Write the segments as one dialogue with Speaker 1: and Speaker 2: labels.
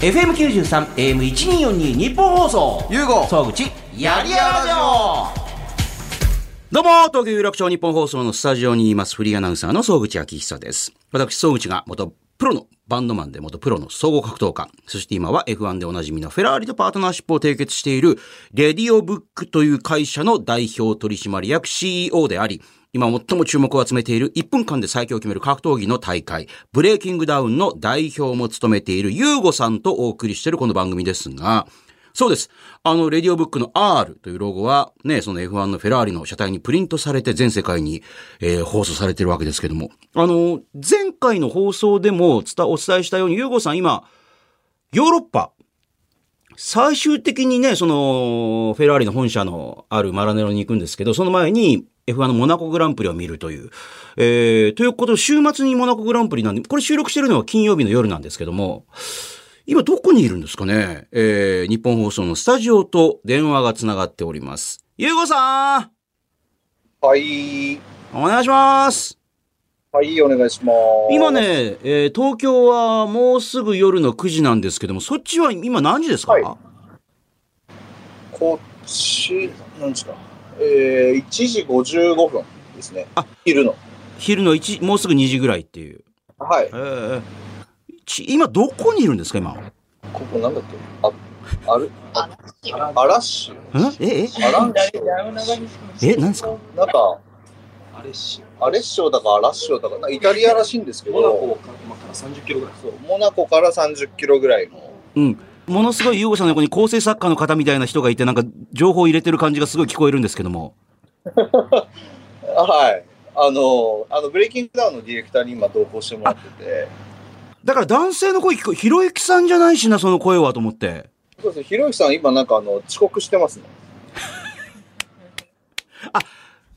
Speaker 1: FM93、AM1242、日本放送。
Speaker 2: ゆうご
Speaker 1: 沢口、やりやらじょどうも、東京有楽町日本放送のスタジオにいますフリーアナウンサーの総口昭久です。私、総口が元プロのバンドマンで元プロの総合格闘家、そして今は F1 でおなじみのフェラーリとパートナーシップを締結しているレディオブックという会社の代表取締役 CEO であり、今最も注目を集めている1分間で最強を決める格闘技の大会、ブレイキングダウンの代表も務めているユーゴさんとお送りしているこの番組ですが、そうです。あの、レディオブックの R というロゴは、ね、その F1 のフェラーリの車体にプリントされて全世界に、えー放送されてるわけですけども。あの、前回の放送でも伝お伝えしたように、ユーゴさん今、ヨーロッパ、最終的にね、その、フェラーリの本社のあるマラネロに行くんですけど、その前に F1 のモナコグランプリを見るという。えー、ということで、週末にモナコグランプリなんで、これ収録してるのは金曜日の夜なんですけども、今どこにいるんですかねえー、日本放送のスタジオと電話がつながっております。ゆうごさん
Speaker 3: はい。
Speaker 1: お願いします
Speaker 3: はい、お願いします。
Speaker 1: 今。ね、えー東京はもうすぐ夜の9時なんですけども、そっちは今何時ですか、
Speaker 3: はいこっち、なんですか。えー、1時55分ですね。
Speaker 1: あ
Speaker 3: 昼の。
Speaker 1: 昼の1、もうすぐ2時ぐらいっていう。
Speaker 3: はい
Speaker 1: え。ー、ち今どこにいるんですか今。ん
Speaker 3: ここなんだっけあ、ある、あ、アラッシュ。
Speaker 1: ええ
Speaker 3: アラッシュ。
Speaker 1: え何ですか
Speaker 3: なんか、アレッショだかアラッショだか、なんかイタリアらしいんですけど、モ
Speaker 4: から30キロぐらい。
Speaker 3: ナコから30キロぐらいの。
Speaker 1: うん。ものすごいゆうごさんの横に構成作家の方みたいな人がいて、なんか情報を入れてる感じがすごい聞こえるんですけども。
Speaker 3: はい。あの、あの、ブレイキングダウンのディレクターに今同行してもらってて、
Speaker 1: だから男性の声聞こえ、ひろゆきさんじゃないしな、その声はと思って。
Speaker 3: そうですひろゆきさん今なんかあの、遅刻してますね。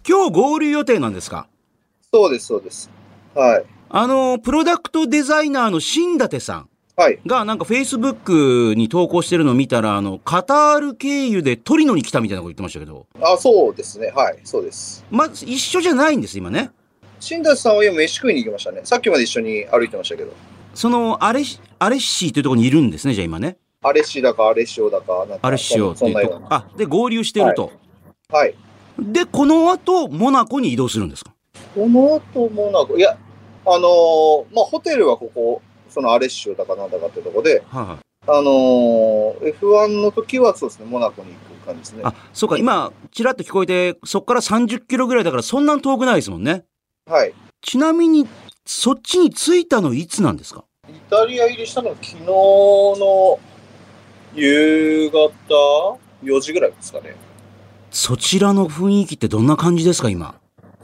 Speaker 1: 今日合流予定なんですか
Speaker 3: そうです、そうです。はい。
Speaker 1: あの、プロダクトデザイナーの新立さん
Speaker 3: はい。
Speaker 1: がなんか Facebook に投稿してるのを見たら、あの、カタール経由でトリノに来たみたいなこと言ってましたけど、
Speaker 3: あ、そうですね。はい、そうです。
Speaker 1: まず一緒じゃないんです、今ね。
Speaker 3: 新達さんは今飯食いに行きましたね。さっきまで一緒に歩いてましたけど。
Speaker 1: その、アレシ、アレッシーというところにいるんですね、じゃあ今ね。
Speaker 3: アレシだかアレシオだか、なんか。
Speaker 1: アレッシオって
Speaker 3: そん
Speaker 1: いう
Speaker 3: な
Speaker 1: と
Speaker 3: よ
Speaker 1: こ
Speaker 3: う。
Speaker 1: あ、で、合流していると。
Speaker 3: な。はい。
Speaker 1: で、この後、モナコに移動するんですか
Speaker 3: この後もなんか、いや、あのーまあ、ホテルはここ、そのアレッシオだかなんだかってとこで、
Speaker 1: はいはい。
Speaker 3: あのー F1 の時はそうですね、モナコに行く感じですね。
Speaker 1: あ、そうか、今、ちらっと聞こえて、そっから30キロぐらいだから、そんなに遠くないですもんね。
Speaker 3: はい。イ
Speaker 1: ちなみに、そっちに着いたのいつなんですか
Speaker 3: タリア入りしたのが昨日の夕方4時ぐらいですかね。
Speaker 1: そちらの雰囲気ってどんな感じですか、今。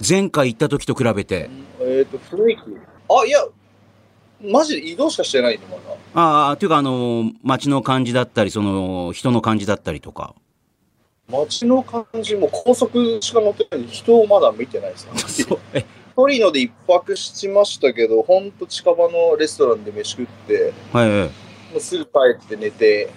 Speaker 1: 前回行った時と比べて。
Speaker 3: えっ、と、雰囲気。あ、いや、マジで移動しかしてないね、まだ。
Speaker 1: ああ、というか、あのー街の感じだったり、その、人の感じだったりとか。
Speaker 3: 街の感じも高速しか乗ってないんで人をまだ見てないですよ
Speaker 1: そう。え、
Speaker 3: トリノで一泊しましたけど、ほんと近場のレストランで飯食って、
Speaker 1: はいはい。
Speaker 3: もうすぐ帰って寝て、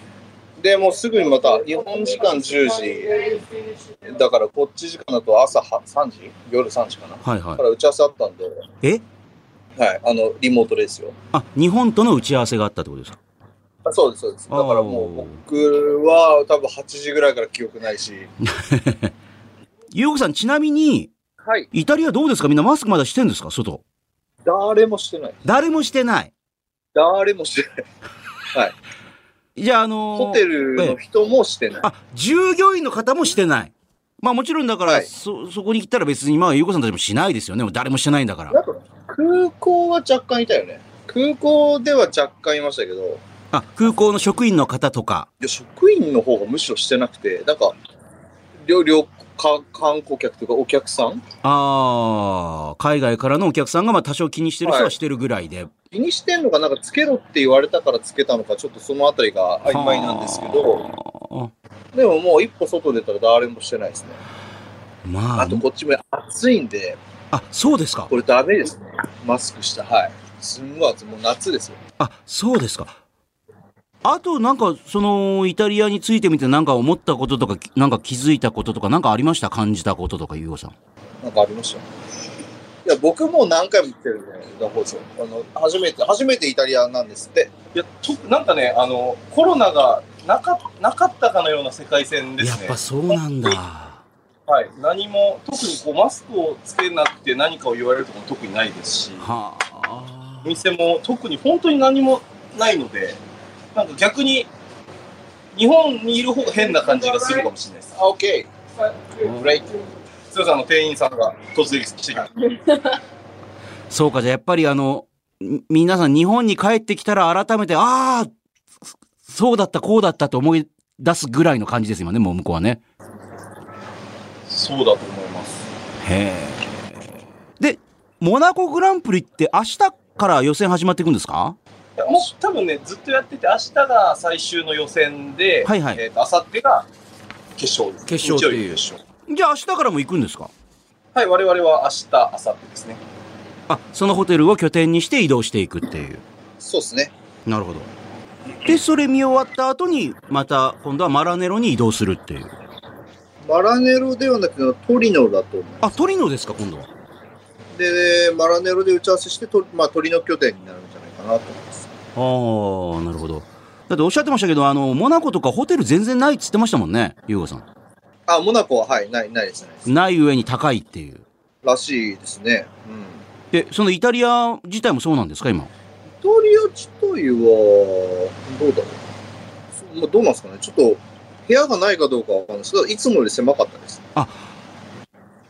Speaker 3: で、もうすぐにまた日本時間10時、だからこっち時間だと朝は3時夜3時かな。
Speaker 1: はいは
Speaker 3: だから打ち合わせあったんで、
Speaker 1: い。え
Speaker 3: はい、あの、リモートですよ。
Speaker 1: あ、日本との打ち合わせがあったってことですか
Speaker 3: あそうです、そうです。だからも
Speaker 1: おー
Speaker 3: う僕は多分8時ぐらいから記憶ないし。
Speaker 1: ゆうこさん、ちなみに、
Speaker 3: はい。
Speaker 1: イタリアどうですかみんなマスクまだしてんですか外。
Speaker 3: 誰もしてない。
Speaker 1: 誰もしてない。
Speaker 3: 誰もしてない。
Speaker 1: じゃあ、あのー
Speaker 3: ホテルの人もしてない。
Speaker 1: あ、従業員の方もしてない。まあもちろんだから、
Speaker 3: はい
Speaker 1: そ、そこに来たら別に、まあ、ゆうこさんたちもしないですよね。誰もしてないんだから
Speaker 3: な。んか空港は若干いたよね。空港では若干いましたけど、い
Speaker 1: あ、空港の職員の方とか。
Speaker 3: や職員の方がむしろしてなくて、なんか、旅旅か観光客というかお客さん
Speaker 1: ああ、海外からのお客さんが、まあ多少気にしてる人
Speaker 3: は
Speaker 1: はいしてるぐらいで。
Speaker 3: 気にしてんのか、なんかつけろって言われたからつけたのか、ちょっとそのあたりが曖昧なんですけど、
Speaker 1: ど。
Speaker 3: でももう一歩外出たら誰もしてないですね。
Speaker 1: まあ、
Speaker 3: あとこっちも暑いんで、
Speaker 1: あ、そうですか
Speaker 3: こ。れダメですね。マスクした。はい。すんごい暑い。もう夏ですよ。
Speaker 1: あ、そうですか。あと、なんか、その、イタリアについてみて、なんか思ったこととか、なんか気づいたこととか、なんかありました感じたこととか、ゆうこさん。
Speaker 3: なんかありましたいや、僕も何回も行ってるね、ダンボーチあの、初めて、初めてイタリアなんですって。
Speaker 2: いやとなんかねあのコロナがなかなかったかのような世界線で
Speaker 1: や
Speaker 2: す
Speaker 1: っ
Speaker 2: ね
Speaker 1: ぱそうなんだ。
Speaker 2: はい、何も特にこうマスクをつけなくて何かを言われるとかも特にないですし
Speaker 1: はあ
Speaker 2: お。店も特に本当に何もないのでなんか逆に日本にいる方が変な感じがするかもしれないです
Speaker 3: あ、オッケー。
Speaker 1: うん
Speaker 3: ブレイク。
Speaker 2: すいませんあの店員さんが突然してきた
Speaker 1: そうか、じゃあやっぱりあの、み皆さん日本に帰ってきたら改めて、ああ、そうだった、こうだったと思い出すぐらいの感じです今ね、もう向こうはね。
Speaker 2: そうだと思います
Speaker 1: へえ。で、モナコグランプリって明日から予選始まっていくんですか
Speaker 2: いやもう多分ねずっとやってて明日が最終の予選で、
Speaker 1: はいはい
Speaker 2: えーと明後日が決勝です
Speaker 1: 決勝っていう
Speaker 2: 日曜日決勝
Speaker 1: じゃあ明日からも行くんですか
Speaker 2: はい我々は明日明後日ですね
Speaker 1: あ、そのホテルを拠点にして移動していくっていう。
Speaker 3: そうですね。
Speaker 1: なるほど。で、それ見終わった後に、また今度はマラネロに移動するっていう。
Speaker 3: マラネロではなくて、トリノだと思
Speaker 1: あ、トリノですか、今度は。
Speaker 3: う。で、マラネロで打ち合わせして、トリまあ、トリノ拠点になるんじゃないかなと思います。
Speaker 1: ああ、なるほど。だっておっしゃってましたけど、あの、モナコとかホテル全然ないっつってましたもんね、ユーゴさん。
Speaker 3: あ、モナコは、はい、ない、ないですね。
Speaker 1: ない上に高いっていう。
Speaker 3: らしいですね。うん。
Speaker 1: で、そのイタリア自体もそうなんですか、今。
Speaker 3: イタリア自体は、どうだろう。まあ、どうなんですかね。ちょっと、部屋がないかどうかわかんないですけど、いつもより狭かったです。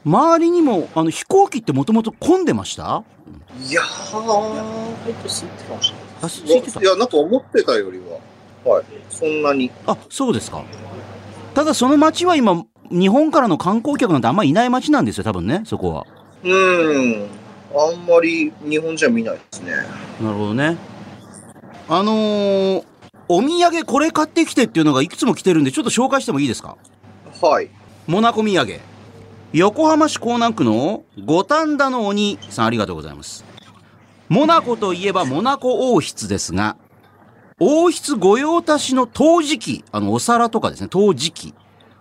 Speaker 1: 周りにも、あの、飛行機ってもともと混んでました
Speaker 3: いやー、ほんと空いてたかもしれない。
Speaker 1: あ、す空いてた
Speaker 3: い。や、なんか思ってたよりは、はい、そんなに。
Speaker 1: あ、そうですか。ただその街は今、日本からの観光客なんてあんまりいない街なんですよ、多分ね、そこは。
Speaker 3: うーん、あんまり日本じゃ見ないですね。
Speaker 1: なるほどね。あのーお土産これ買ってきてっていうのがいくつも来てるんで、ちょっと紹介してもいいですか
Speaker 3: はい。
Speaker 1: モナコ土産。横浜市港南区の五反田の鬼さんありがとうございます。モナコといえばモナコ王室ですが、王室御用達の陶磁器、あのお皿とかですね、陶磁器。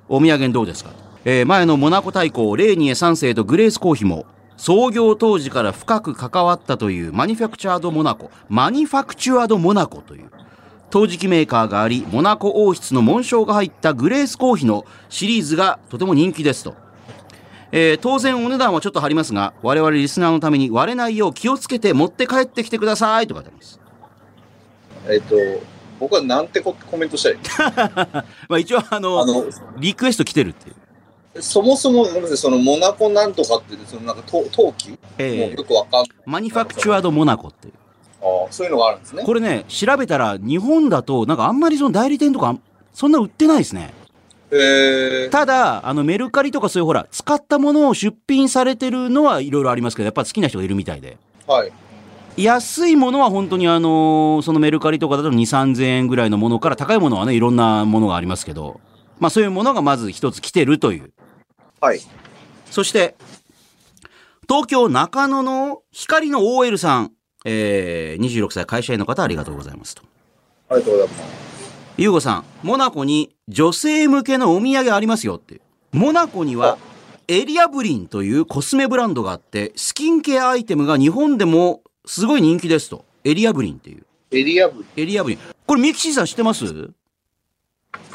Speaker 1: お土産にどうですかえー前のモナコ大公、レーニエ3世とグレースコーヒーも、創業当時から深く関わったというマニファクチャードモナコ、マニファクチュアドモナコという陶磁器メーカーがあり、モナコ王室の紋章が入ったグレースコーヒーのシリーズがとても人気ですと。えー当然お値段はちょっと張りますが、我々リスナーのために割れないよう気をつけて持って帰ってきてくださいと書いてあります。
Speaker 3: えっ、と、僕はなんてこコメントしたらいいの
Speaker 1: まあ一応あの、
Speaker 3: あの、
Speaker 1: リクエスト来てるっていう。
Speaker 3: そもそも、ごめんなさい、その、モナコなんとかって、その、なんか、陶陶器、もう
Speaker 1: えー
Speaker 3: よくわかんない。
Speaker 1: マニファクチュアドモナコっていう。
Speaker 3: ああ、そういうのがあるんですね。
Speaker 1: これね、調べたら日本だとなんかあんまりその代理店とかあんそんな売ってないですね。
Speaker 3: えー、
Speaker 1: ただ、あのメルカリとかそういうほら、使ったものを出品されてるのはいろいろありますけど、やっぱ好きな人がいるみたいで。
Speaker 3: はい。
Speaker 1: 安いものは本当にあのそのメルカリとかだと2、3000円ぐらいのものから高いものはね、いろんなものがありますけど、まあそういうものがまず一つ来てるという。
Speaker 3: はい。
Speaker 1: そして、東京中野の光の OL さん、えー、26歳会社員の方ありがとうございますと。
Speaker 3: ありがとうございます。
Speaker 1: ゆうごさん、モナコに女性向けのお土産ありますよって。モナコにはエリアブリンというコスメブランドがあって、スキンケアアイテムが日本でもすごい人気ですと。エリアブリンっていう。
Speaker 3: エリア部。
Speaker 1: エリアブリン。これミキシーさん知ってます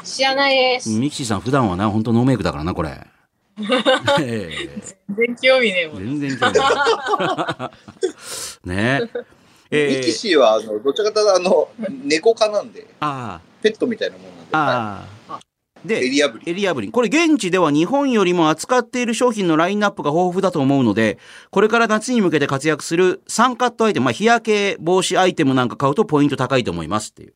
Speaker 4: 知らないです。
Speaker 1: ミキシーさん普段はな、本当ノーメイクだからな、 これ。ええ
Speaker 4: 全然興味ねえもん。
Speaker 1: 全 然興味ない。ねえ。
Speaker 3: ミキシーは、あの、どちらかというと、あの、猫科なんで、
Speaker 1: あ
Speaker 3: ペットみたいなもんなん
Speaker 1: あ、
Speaker 3: で、は
Speaker 1: ああ。
Speaker 3: い
Speaker 1: で、
Speaker 3: エリア部。
Speaker 1: エリアブリン。これ現地では日本よりも扱っている商品のラインナップが豊富だと思うので、これから夏に向けて活躍するサンカットアイテム、まあ、日焼け防止アイテムなんか買うとポイント高いと思いますっていう。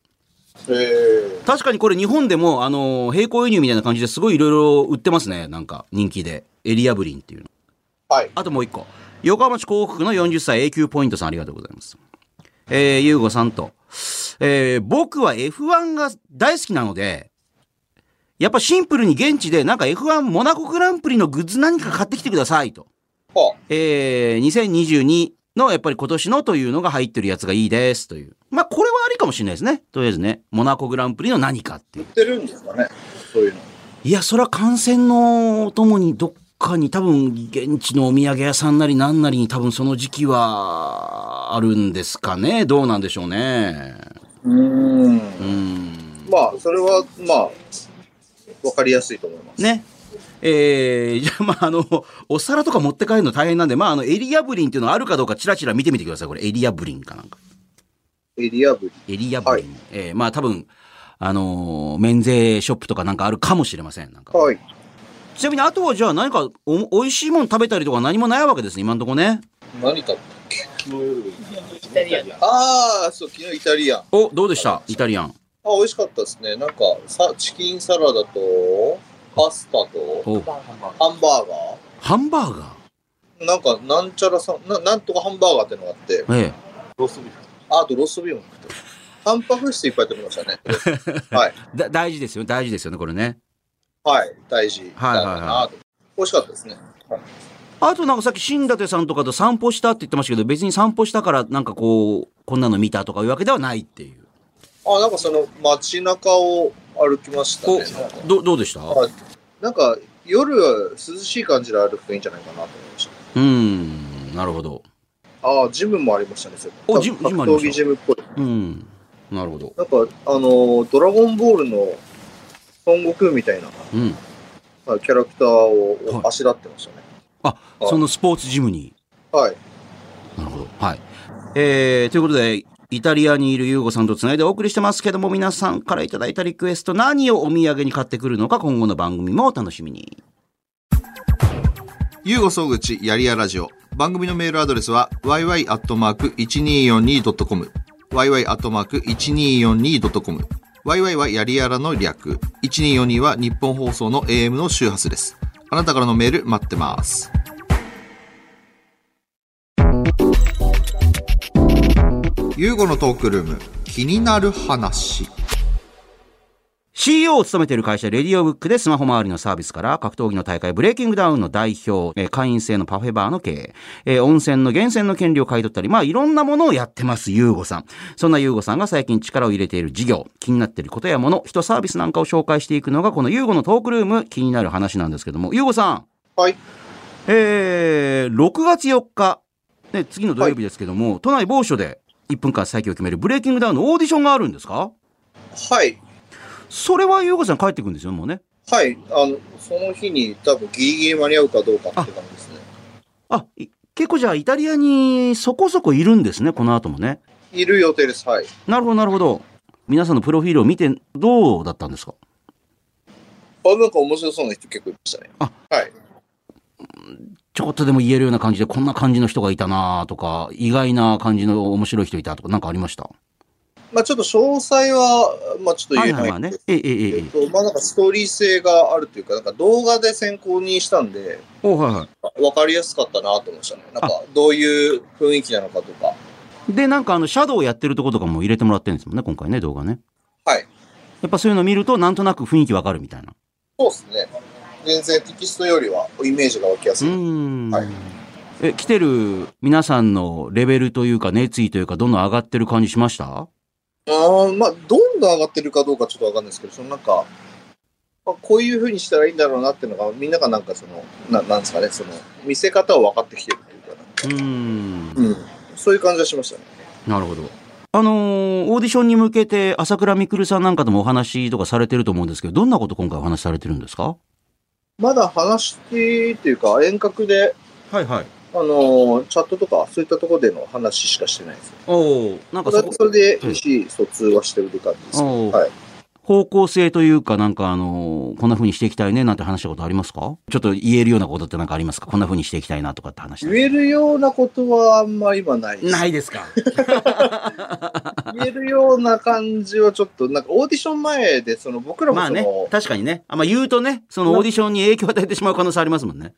Speaker 3: えー、
Speaker 1: 確かにこれ日本でも、あの、並行輸入みたいな感じですごいいろいろ売ってますね。なんか人気で。エリアブリンっていうの。
Speaker 3: はい。
Speaker 1: あともう一個。横浜市港北区の40歳永久ポイントさんありがとうございます。えー、ゆうごさんと。えー、僕は F1 が大好きなので、やっぱシンプルに現地でなんか F1 モナコグランプリのグッズ何か買ってきてくださいと。
Speaker 3: は
Speaker 1: えー、2022のやっぱり今年のというのが入ってるやつがいいですという。まあこれはありかもしれないですね。とりあえずね。モナコグランプリの何かっていう
Speaker 3: あ、売っ。てるんですかね、そういうの。
Speaker 1: いや、それは感染のともにどっかに多分現地のお土産屋さんなりなんなりに多分その時期はあるんですかねどうなんでしょうね。
Speaker 3: うん。
Speaker 1: うん。
Speaker 3: まあ、それは、まあ、わかりやすいと思います。
Speaker 1: ね。えー、 じゃあまああの、お皿とか持って帰るの大変なんで、まああの、エリアブリンっていうのあるかどうかチラチラ見てみてください。これエリアブリンかなんか。
Speaker 3: エリアブリ。
Speaker 1: エリアブリン。えーまあ多分、あのー免税ショップとかなんかあるかもしれません。なんか。
Speaker 3: はい。
Speaker 1: ちなみにあとはじゃあ何かお美味しいもの食べたりとか何もないわけですね、今んとこね。
Speaker 3: 何食べた
Speaker 2: 昨日夜
Speaker 4: イタリアン
Speaker 3: ああ、そう、昨日イタリアン。
Speaker 1: お、どうでしたイタリアン。
Speaker 3: あ、美味しかったですね。なんか、さチキンサラダと、パスタと、
Speaker 1: お、
Speaker 3: ハンバーガ
Speaker 1: ハンバーガ
Speaker 3: ー。なんか、なんちゃらさん、ななんとかハンバーガーってのがあって、
Speaker 1: ー。え
Speaker 2: ローストビーフ
Speaker 3: あとローストビーフも食ってタンパク質いっぱい食べ ましたね。はい
Speaker 1: え。。だ、大事ですよ。大事ですよね、これね。
Speaker 3: はい。大事
Speaker 1: はいはい
Speaker 3: だ
Speaker 1: はい
Speaker 3: なと。美味しかったですね。
Speaker 1: あとなんかさっき新立さんとかと散歩したって言ってましたけど、別に散歩したからなんかこう、こんなの見たとかいうわけではないっていう。
Speaker 3: あ、なんかその街中を歩きましたね。なんか
Speaker 1: お、ど、どうでした
Speaker 3: はいなんか夜は涼しい感じで歩くといいんじゃないかなと思いまし
Speaker 1: うん、なるほど。
Speaker 3: た。ああ、ジムもありましたね。それ
Speaker 1: おジム
Speaker 3: 格
Speaker 1: ジムありま
Speaker 3: 闘
Speaker 1: した
Speaker 3: 技ジムっぽい。
Speaker 1: うん、なるほど。
Speaker 3: なんか、あのードラゴンボールの孫悟空みたいな
Speaker 1: うん。
Speaker 3: はいキャラクターを
Speaker 1: はい
Speaker 3: あしらってましたね。
Speaker 1: あ、そのスポーツジムに。
Speaker 3: はい。
Speaker 1: なるほど。はい。えー、ということで、イタリアにいるユーゴさんとつないでお送りしてますけども、皆さんからいただいたリクエスト、何をお土産に買ってくるのか、今後の番組もお楽しみに。
Speaker 5: ゆうご総口やりやラジオ。番組のメールアドレスは yy.1242.com。yy.1242.com。yy はやりやらの略。1242は日本放送の AM の周波数です。あなたからのメール待ってます。ゆうごのトークルーム、気になる話。
Speaker 1: CEO を務めている会社、レディオブックでスマホ周りのサービスから、格闘技の大会、ブレイキングダウンの代表、えー会員制のパフェバーの経営、えー温泉の源泉の権利を買い取ったり、まあいろんなものをやってます、ユーゴさん。そんなユーゴさんが最近力を入れている事業、気になっていることやもの、人サービスなんかを紹介していくのが、このユーゴのトークルーム、気になる話なんですけども、ユーゴさん。
Speaker 3: はい。
Speaker 1: えー、6月4日、ね、次の土曜日ですけども、都内某所で1分間最強を決めるブレイキングダウンのオーディションがあるんですか
Speaker 3: はい。
Speaker 1: それは優子さん帰ってくるんですよ、もうね。
Speaker 3: はい。あの、その日に多分ギリギリ間に合うかどうかって感じですね。
Speaker 1: あ、い結構じゃあイタリアにそこそこいるんですね、この後もね。
Speaker 3: いる予定です。はい。
Speaker 1: なるほど、なるほど。皆さんのプロフィールを見てどうだったんですか
Speaker 3: あ、なんか面白そうな人結構いましたね。
Speaker 1: あ
Speaker 3: はい。
Speaker 1: ちょこっとでも言えるような感じでこんな感じの人がいたなとか、意外な感じの面白い人いたとか、なんかありました
Speaker 3: まあちょっと詳細は、まあちょっと
Speaker 1: は
Speaker 3: 言え
Speaker 1: い
Speaker 3: な
Speaker 1: はい
Speaker 3: い
Speaker 1: はい
Speaker 3: んで
Speaker 1: ね
Speaker 3: す。
Speaker 1: えええええ
Speaker 3: け
Speaker 1: え。
Speaker 3: ど、まあなんかストーリー性があるというか、なんか動画で先行にしたんで、
Speaker 1: おはいは
Speaker 3: わかりやすかったなと思いましたね。なんかどういう雰囲気なのかとか。
Speaker 1: い。で、なんかあの、シャドウやってるとことかも入れてもらってるんですもんね、今回ね、動画ね。
Speaker 3: はい。
Speaker 1: やっぱそういうの見ると、なんとなく雰囲気わかるみたいな。
Speaker 3: そうですね。全然テキストよりはイメージが湧きや
Speaker 1: う
Speaker 3: すい。
Speaker 1: ーん。
Speaker 3: はい
Speaker 1: え、来てる皆さんのレベルというか、熱意というか、どんどん上がってる感じしました
Speaker 3: あーまあどんどん上がってるかどうかちょっとわかんないですけど、そのなんか、まあ、こういうふうにしたらいいんだろうなっていうのが、みんながなんかその、ななんですかね、その、見せ方を分かってきてるというか、
Speaker 1: うーん。
Speaker 3: うん。そういう感じがしましたね。
Speaker 1: なるほど。あのーオーディションに向けて、朝倉未来さんなんかともお話とかされてると思うんですけど、どんなこと今回お話しされてるんですか
Speaker 3: まだ話してっていうか、遠隔で、
Speaker 1: はいはい。
Speaker 3: あのーチャットとか、そういったところでの話しかしてないですね。
Speaker 1: おおなんかそ
Speaker 3: そ
Speaker 1: こ、
Speaker 3: それで意思疎通はしてる感じですけ
Speaker 1: お
Speaker 3: ど、
Speaker 1: う
Speaker 3: はい。
Speaker 1: 方向性というか、なんかあのーこんな風にしていきたいねなんて話したことありますかちょっと言えるようなことってなんかありますかこんな風にしていきたいなとかって話した。
Speaker 3: 言えるようなことはあんま今ないです。
Speaker 1: ないですか
Speaker 3: 言えるような感じはちょっと、なんかオーディション前で、その僕らも
Speaker 1: まあ
Speaker 3: その、
Speaker 1: ね、確かにね。あんま言うとね、そのオーディションに影響を与えてしまう可能性ありますもんね。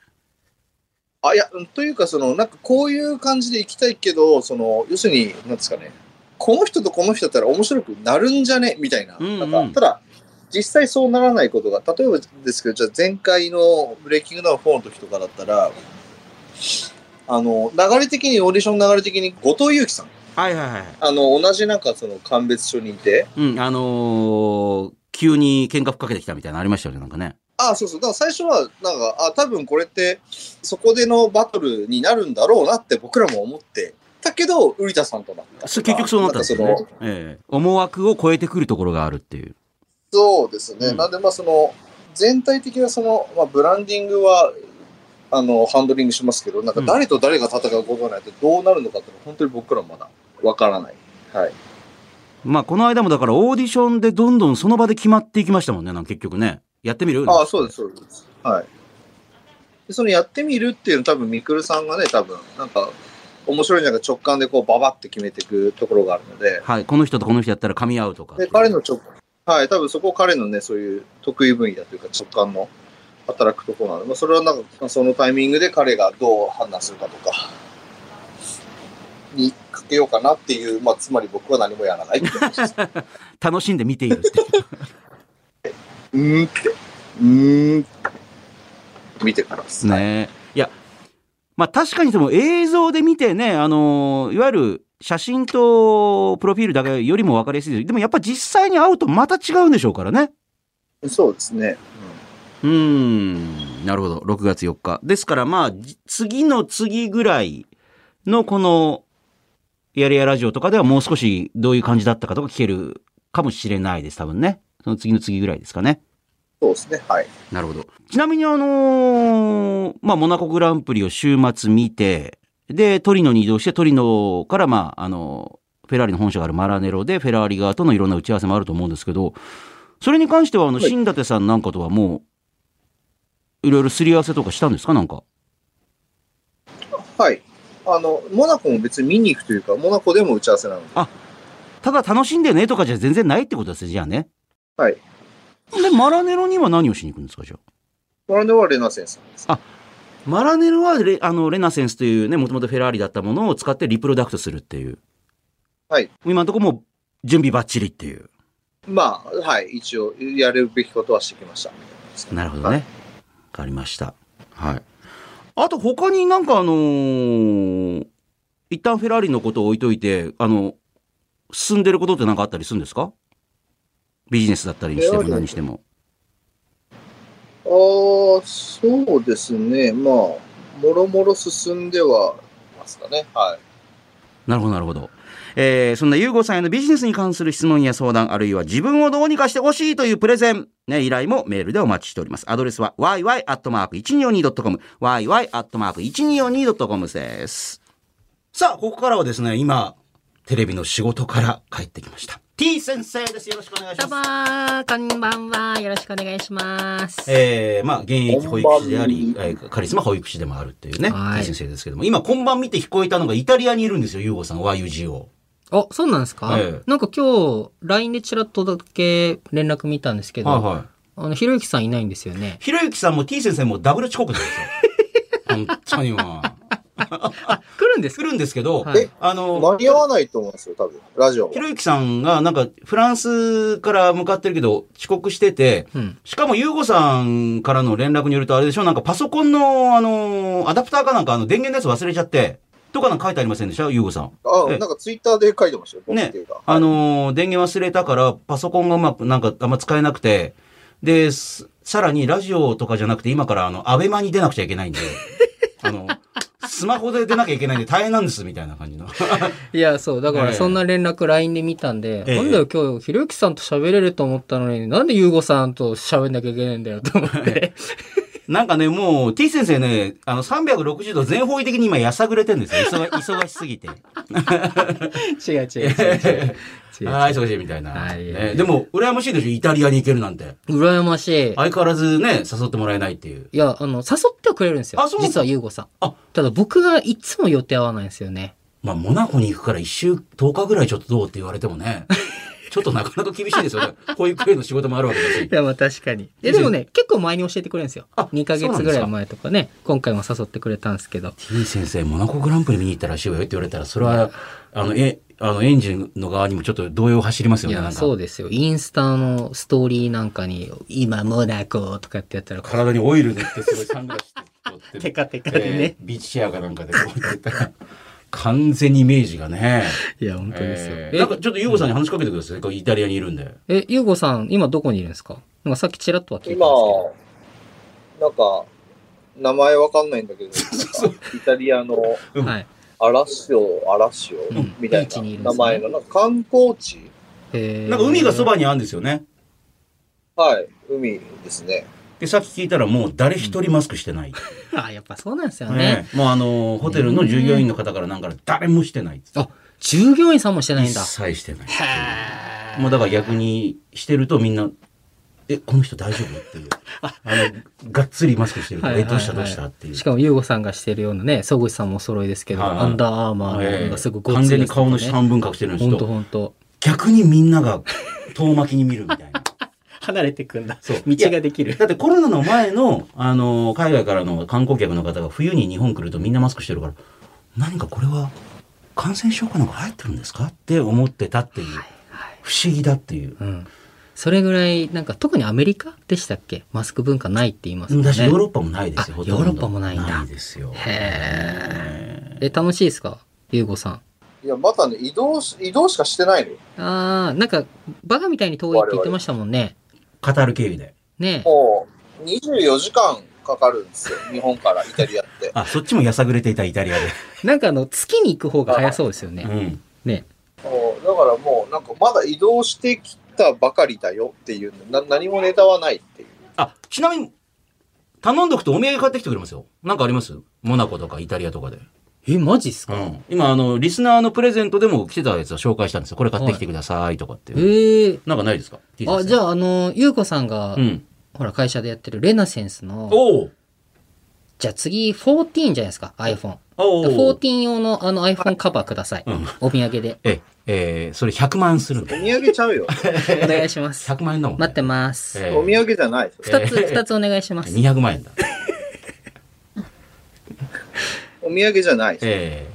Speaker 3: あ、いや、というか、その、なんかこういう感じで行きたいけど、その、要するに、なんですかね、この人とこの人だったら面白くなるんじゃねみたいな。
Speaker 1: うんうん
Speaker 3: なんかただ、実際そうならないことが、例えばですけど、じゃあ前回のブレイキングダウン4の時とかだったら、あの、流れ的に、オーディション流れ的に、後藤祐樹さん。
Speaker 1: はいはいはい。
Speaker 3: あの、同じなんかその、鑑別所にいて、
Speaker 1: うん、あのー急に喧嘩ふっかけてきたみたいなのありましたよね、なんかね。
Speaker 3: あそうそう。だから最初は、なんか、あ多分これって、そこでのバトルになるんだろうなって僕らも思って、たけど、瓜田さんとなった。
Speaker 1: そう結局そうなったんですよ
Speaker 3: なん
Speaker 1: ね
Speaker 3: かその。
Speaker 1: ええ思惑を超えてくるところがあるっていう。
Speaker 3: そうですね。
Speaker 1: うん
Speaker 3: なんで、まあ、その、全体的な、その、まあ、ブランディングは、あの、ハンドリングしますけど、なんか、
Speaker 1: うん
Speaker 3: 誰と誰が戦うことになってどうなるのかっていうのは、本当に僕らもまだわからない。はい。
Speaker 1: まあ、この間もだからオーディションでどんどんその場で決まっていきましたもんね、なんか結局ね。やってみる
Speaker 3: ああ、そうです、そうです。はい。でそのやってみるっていうの多分、みくるさんがね、多分、なんか、面白いんじゃなくて直感でこう、ババって決めていくところがあるので、
Speaker 1: はい、この人とこの人やったら噛み合うとか。
Speaker 3: で、彼の直、はい、多分そこ彼のね、そういう得意分野というか直感の働くところなので、まあ、それはなんか、そのタイミングで彼がどう判断するかとか、にかけようかなっていう、まあ、つまり僕は何もやらないって話 です。
Speaker 1: 楽しんで見ているっていう。
Speaker 3: うーんって、うーんって、見てからですね。
Speaker 1: ねいや、まあ確かにでも映像で見てね、あのーいわゆる写真とプロフィールだけよりも分かりやすいですでもやっぱ実際に会うとまた違うんでしょうからね。
Speaker 3: そうですね。
Speaker 1: うーん、なるほど。6月4日。ですからまあ、じ次の次ぐらいのこの、やりやラジオとかではもう少しどういう感じだったかとか聞けるかもしれないです、多分ね。その次の次ぐらいですかね。
Speaker 3: そうですね。はい。
Speaker 1: なるほど。ちなみにあのーまあ、モナコグランプリを週末見て、で、トリノに移動して、トリノから、まあ、あの、フェラーリの本社があるマラネロで、フェラーリ側とのいろんな打ち合わせもあると思うんですけど、それに関しては、あの、
Speaker 3: はい
Speaker 1: 新立さんなんかとはもう、いろいろすり合わせとかしたんですかなんか。
Speaker 3: はい。あの、モナコも別に見に行くというか、モナコでも打ち合わせなので。
Speaker 1: ただ楽しんでねとかじゃ全然ないってことですね、じゃあね。
Speaker 3: はい。
Speaker 1: で、マラネロには何をしに行くんですか、じゃあ。
Speaker 3: これではレナセンさんです。
Speaker 1: マラネロはレ、あの、レナセンスというね、もともとフェラーリだったものを使ってリプロダクトするっていう。
Speaker 3: はい。
Speaker 1: 今のところもう準備バッチリっていう。
Speaker 3: まあ、はい。一応、やるべきことはしてきました。
Speaker 1: なるほどね。わかりました。はい。あと他になんかあのー一旦フェラーリのことを置いといて、あの、進んでることって何かあったりするんですかビジネスだったりにしても
Speaker 3: フェラーリ
Speaker 1: 何にしても。
Speaker 3: ああ、そうですね。まあ、もろもろ進んではますかね。はい。
Speaker 1: なるほど、なるほど。えー、そんなゆうごさんへのビジネスに関する質問や相談、あるいは自分をどうにかしてほしいというプレゼン、ね、依頼もメールでお待ちしております。アドレスは yy.1242.com、yy.1242.com です。さあ、ここからはですね、今、テレビの仕事から帰ってきました。t 先生です。よろしくお願いし
Speaker 6: どうも
Speaker 1: ます。
Speaker 6: ーこんばんは。よろしくお願いします。
Speaker 1: えー、まあ、現役保育士であ
Speaker 3: こん
Speaker 1: り、
Speaker 3: ばん
Speaker 1: えーカリスマ保育士でもあるっていうね、
Speaker 6: はい
Speaker 1: t 先生ですけども、今、今晩見て聞こえたのがイタリアにいるんですよ、ゆうごさん、YUGO。
Speaker 6: あ、そうなんですか、
Speaker 1: ええ
Speaker 6: なんか今日、LINE でちらっとだけ連絡見たんですけど、
Speaker 1: い。
Speaker 6: あの、ひろゆきさんいないんですよね。
Speaker 1: ひろゆきさんも T 先生もダブル遅刻なんですよ。 本当にもう。
Speaker 6: 来るんで
Speaker 1: 来
Speaker 6: すか
Speaker 1: るんですけど、
Speaker 6: はい
Speaker 1: あの
Speaker 3: 間、に合わないと思うんですよ、多分。ラジオは
Speaker 1: ひ。ろゆきさんがなんかフランスから向かってるけど遅刻してて、
Speaker 6: うん。
Speaker 1: しかもゆうごさんからの連絡によるとあれでしょなんかパソコンのあの、アダプターかなんかあの電源のやつ忘れちゃって、とかなんか書いてありませんでしたゆうごさん。
Speaker 3: あ
Speaker 1: え
Speaker 3: なんかツイッターで書いてましたよ、僕
Speaker 1: ね
Speaker 3: っていうか。
Speaker 1: あのー電源忘れたから、パソコンがうまく、なんかあんま使えなくて、で、すさらにラジオとかじゃなくて、今からあの、アベマに出なくちゃいけないんで、 あの、スマホで出なきゃいけないんで大変なんです、みたいな感じの。
Speaker 6: いや、そう。だか
Speaker 1: ええ
Speaker 6: ら、そんな連絡 LINE で見たんで、
Speaker 1: ええ
Speaker 6: なんだよ、今日、ひろゆきさんと喋れると思ったのに、なんでゆうごさんと喋んなきゃいけないんだよ、と思って。
Speaker 1: なんかね、もう、t 先生ね、あの、360度全方位的に今、やさぐれてんですよ。忙 忙しすぎて。
Speaker 6: 違う違う違う違う。 違う
Speaker 1: ああ、忙しいみたいな。
Speaker 6: はい
Speaker 1: ねでも、羨ましいでしょイタリアに行けるなんて。
Speaker 6: 羨ましい。
Speaker 1: 相変わらずね、誘ってもらえないっていう。
Speaker 6: いや、あの、誘ってはくれるんですよ
Speaker 1: あそう。
Speaker 6: 実はゆうごさん。
Speaker 1: あ
Speaker 6: ただ僕がいつも予定合わないんですよね。
Speaker 1: まあ、モナコに行くから一週10日ぐらいちょっとどうって言われても ね、ちょっとなかなか厳しいですよね。保育園の仕事もあるわけだし
Speaker 6: い。や、まあ確かに。え、でもね、結構前に教えてくれるんですよ。
Speaker 1: あ
Speaker 6: 2ヶ
Speaker 1: そうな
Speaker 6: 月
Speaker 1: んで
Speaker 6: ぐ
Speaker 1: す
Speaker 6: ら
Speaker 1: か
Speaker 6: い前とかね、今回も誘ってくれたんですけど。
Speaker 1: T 先生、モナコグランプリ見に行ったらしいわよって言われたら、それは、あの、え、あの、エンジンの側にもちょっと動揺走りますよ
Speaker 6: い
Speaker 1: ね、なん
Speaker 6: や、
Speaker 1: か。
Speaker 6: そうですよ。インスタのストーリーなんかに、今、モナコとかって やったら、
Speaker 1: 体にオイル塗ってすごいサングラス して。
Speaker 6: テカテカでね
Speaker 1: えービーチシェアかなんかでこうやってたら、完全にイメージがね。
Speaker 6: いや、本当ですよ。
Speaker 1: えーなんか
Speaker 6: え
Speaker 1: ちょっとユーゴさんに話しかけてください。こうイタリアにいるんで。
Speaker 6: え、ゆうごさん、今どこにいるんですかなんかさっきちらっとは聞いたんですけ
Speaker 3: 今な
Speaker 6: ど。、
Speaker 3: んか、名前わかんないんだけど、なんかイタリアの
Speaker 1: うん
Speaker 6: はい。
Speaker 3: アラッシオ、アラッシオ
Speaker 1: うん
Speaker 3: みたい
Speaker 6: ビーチにいるんで
Speaker 3: な名
Speaker 6: す
Speaker 3: 前
Speaker 6: ね
Speaker 3: の、なんか観光地
Speaker 6: えー
Speaker 1: なんか海がそばにあるんですよね。
Speaker 3: はい、海ですね。
Speaker 1: で、さっき聞いたらもう誰一人マスクしてない。
Speaker 6: あ、やっぱそうなんですよね。
Speaker 1: ねもうあのー、ホテルの従業員の方からなんから誰もしてない。
Speaker 6: あ、従業員さんもしてないん
Speaker 1: 一
Speaker 6: だ。
Speaker 1: 切してない。
Speaker 6: へー
Speaker 1: もうだから逆にしてるとみんな、え、この人大丈夫っていう。あの、がっつりマスクしてるから、え、どうしたどうしたっていう。
Speaker 6: しかも、ゆうごさんがしてるようなね、曽口さんもお揃いですけど、
Speaker 1: はい
Speaker 6: アンダーアーマーがすごいご
Speaker 1: 完全に顔の半分隠してるんです
Speaker 6: ほんと
Speaker 1: と、
Speaker 6: ほんと。
Speaker 1: 逆にみんなが遠巻きに見るみたい な。
Speaker 6: 離れてくんだ。
Speaker 1: そう
Speaker 6: 道ができる。
Speaker 1: だってコロナの前の、あの、海外からの観光客の方が冬に日本来るとみんなマスクしてるから、何かこれは感染症かなんか入ってるんですかって思ってたっていう。不思議だっていう。
Speaker 6: うん。それぐらい、なんか特にアメリカでしたっけマスク文化ないって言いますもんね。
Speaker 1: だし、ヨーロッパもないですよ、
Speaker 6: あ
Speaker 1: ほとんど
Speaker 6: ヨーロッパもないんだ
Speaker 1: ないですよ。
Speaker 6: へえ、楽しいですかゆうごさん。
Speaker 3: いや、またね、移動し、移動しかしてないのよ。
Speaker 6: あー、なんか、バカみたいに遠いって言ってましたもんね。
Speaker 1: カタール経由で。
Speaker 6: ねえ。
Speaker 3: もう、24時間かかるんですよ。日本からイタリアって。
Speaker 1: あ、そっちもやさぐれていたイタリアで。
Speaker 6: なんかあの、月に行く方が早 そうですよね。
Speaker 1: うん。
Speaker 6: ね
Speaker 3: もうだからもう、なんかまだ移動してきたばかりだよっていう、な何もネタはないっていう。
Speaker 1: あ、ちなみに、頼んどくとお土産買ってきてくれますよ。なんかありますモナコとかイタリアとかで。
Speaker 6: え、マジっすか、
Speaker 1: うん。今、あの、リスナーのプレゼントでも来てたやつを紹介したんですよ。これ買ってきてくださいとかっていう。
Speaker 6: ええ
Speaker 1: なんかないですか
Speaker 6: あ、じ
Speaker 1: あ。
Speaker 6: ゃあ、あの、ゆうこさんが、
Speaker 1: うん。
Speaker 6: ほら、会社でやってるレナセンスの、
Speaker 1: おう
Speaker 6: じゃあ次、14じゃないですか、iPhone。
Speaker 1: おう
Speaker 6: 14用のあの iPhone カバーください。
Speaker 1: うん
Speaker 6: お土産で。
Speaker 1: え、えー、それ100万円するん
Speaker 3: お
Speaker 1: で。
Speaker 3: 土産ちゃうよ。
Speaker 6: お願いします。
Speaker 1: 100万円だもん、ね。
Speaker 6: 待ってます。
Speaker 1: えー
Speaker 3: お土産じゃな
Speaker 1: え
Speaker 3: い。
Speaker 6: 二、つ、二つお願いします。
Speaker 1: 200万円だ。
Speaker 3: お土産じゃない。
Speaker 1: え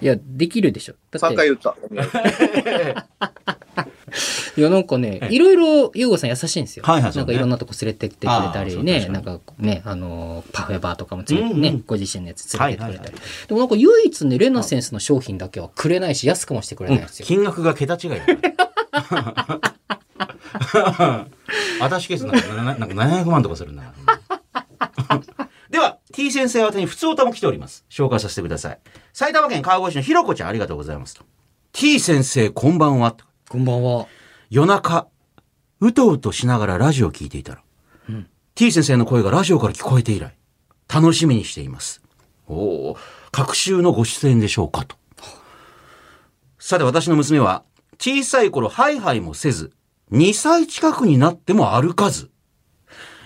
Speaker 6: いや、できるでしょ。だっ
Speaker 3: 3回
Speaker 6: て、
Speaker 3: 言った。お土産
Speaker 6: いや、なんかね
Speaker 1: え、え
Speaker 6: いろいろ、ゆうごさん優しいんですよ。
Speaker 1: はいはいそ
Speaker 6: な
Speaker 1: うん
Speaker 6: か
Speaker 1: ね
Speaker 6: いろんなとこ連れてってくれた
Speaker 1: あーそ
Speaker 6: り
Speaker 1: う確
Speaker 6: ね、
Speaker 1: かに
Speaker 6: なんかね、あのー、パフェバーとかも連れてね、
Speaker 1: うんうん
Speaker 6: ご自身のやつ連れてってくれたり。
Speaker 1: はいはい
Speaker 6: でもなんか唯一ね、レナセンスの商品だけはくれないし、安くもしてくれ
Speaker 1: ーう
Speaker 6: なんいんですよ。
Speaker 1: 金額が桁違いだから。私ケースなんかなななんか700万とかするんだから。では、T 先生宛てに普通歌も来ております。紹介させてください。埼玉県川越市のひろこちゃんありがとうございますと。T 先生こんばんは。
Speaker 6: こんばんは。
Speaker 1: 夜中、うとうとしながらラジオを聞いていたら、
Speaker 6: うん。
Speaker 1: T 先生の声がラジオから聞こえて以来、楽しみにしています。おお、各週のご出演でしょうかと。さて私の娘は、小さい頃ハイハイもせず、2歳近くになっても歩かず、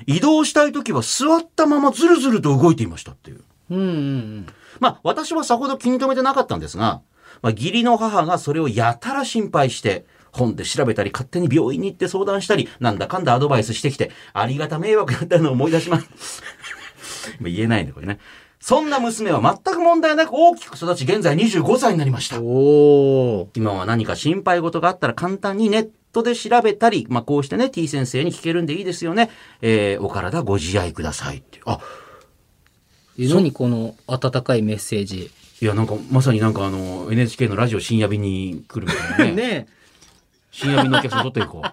Speaker 1: 移動したい時は座ったままずるずると動いていましたっていう。
Speaker 6: うんうんうん。
Speaker 1: まあ私はさほど気に留めてなかったんですが、まあ、義理の母がそれをやたら心配して、本で調べたり勝手に病院に行って相談したり、なんだかんだアドバイスしてきて、ありがた迷惑だったのを思い出します。 今言えないね、これね。そんな娘は全く問題なく大きく育ち、現在25歳になりました。
Speaker 6: おー。
Speaker 1: 今は何か心配事があったら簡単にネットで調べたり、まあ、こうしてね、t 先生に聞けるんでいいですよね。えー、お体ご自愛くださいっていう。あ、
Speaker 6: え何この温かいメッセージ。
Speaker 1: いや、なんか、まさになんかあの、NHK のラジオ深夜便に来るみたい なね。
Speaker 6: ね
Speaker 1: 深夜便のお客さん取っていこ う。や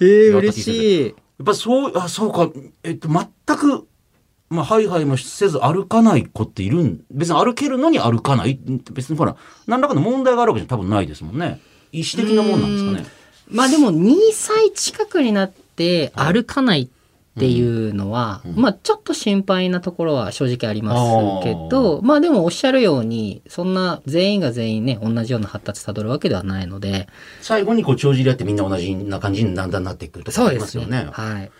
Speaker 6: えー、
Speaker 1: や
Speaker 6: 嬉しい。
Speaker 1: っぱそう、あ、そうか、えっと、全く、まあ、ハイハイもせず歩かない子っているん、別に歩けるのに歩かない。別にほら、何らかの問題があるわけじゃ多分ないですもんね。意思的なもんなんですかね。
Speaker 6: まあでも2歳近くになって歩かないっていうのは、
Speaker 1: うん
Speaker 6: まあちょっと心配なところは正直ありますけ
Speaker 1: あ
Speaker 6: ど、まあでもおっしゃるように、そんな全員が全員ね、同じような発達たどるわけではないので、
Speaker 1: 最後にこう、帳尻合ってみんな同じな感じにだんだんなっていくるとかありますよね。
Speaker 6: はい。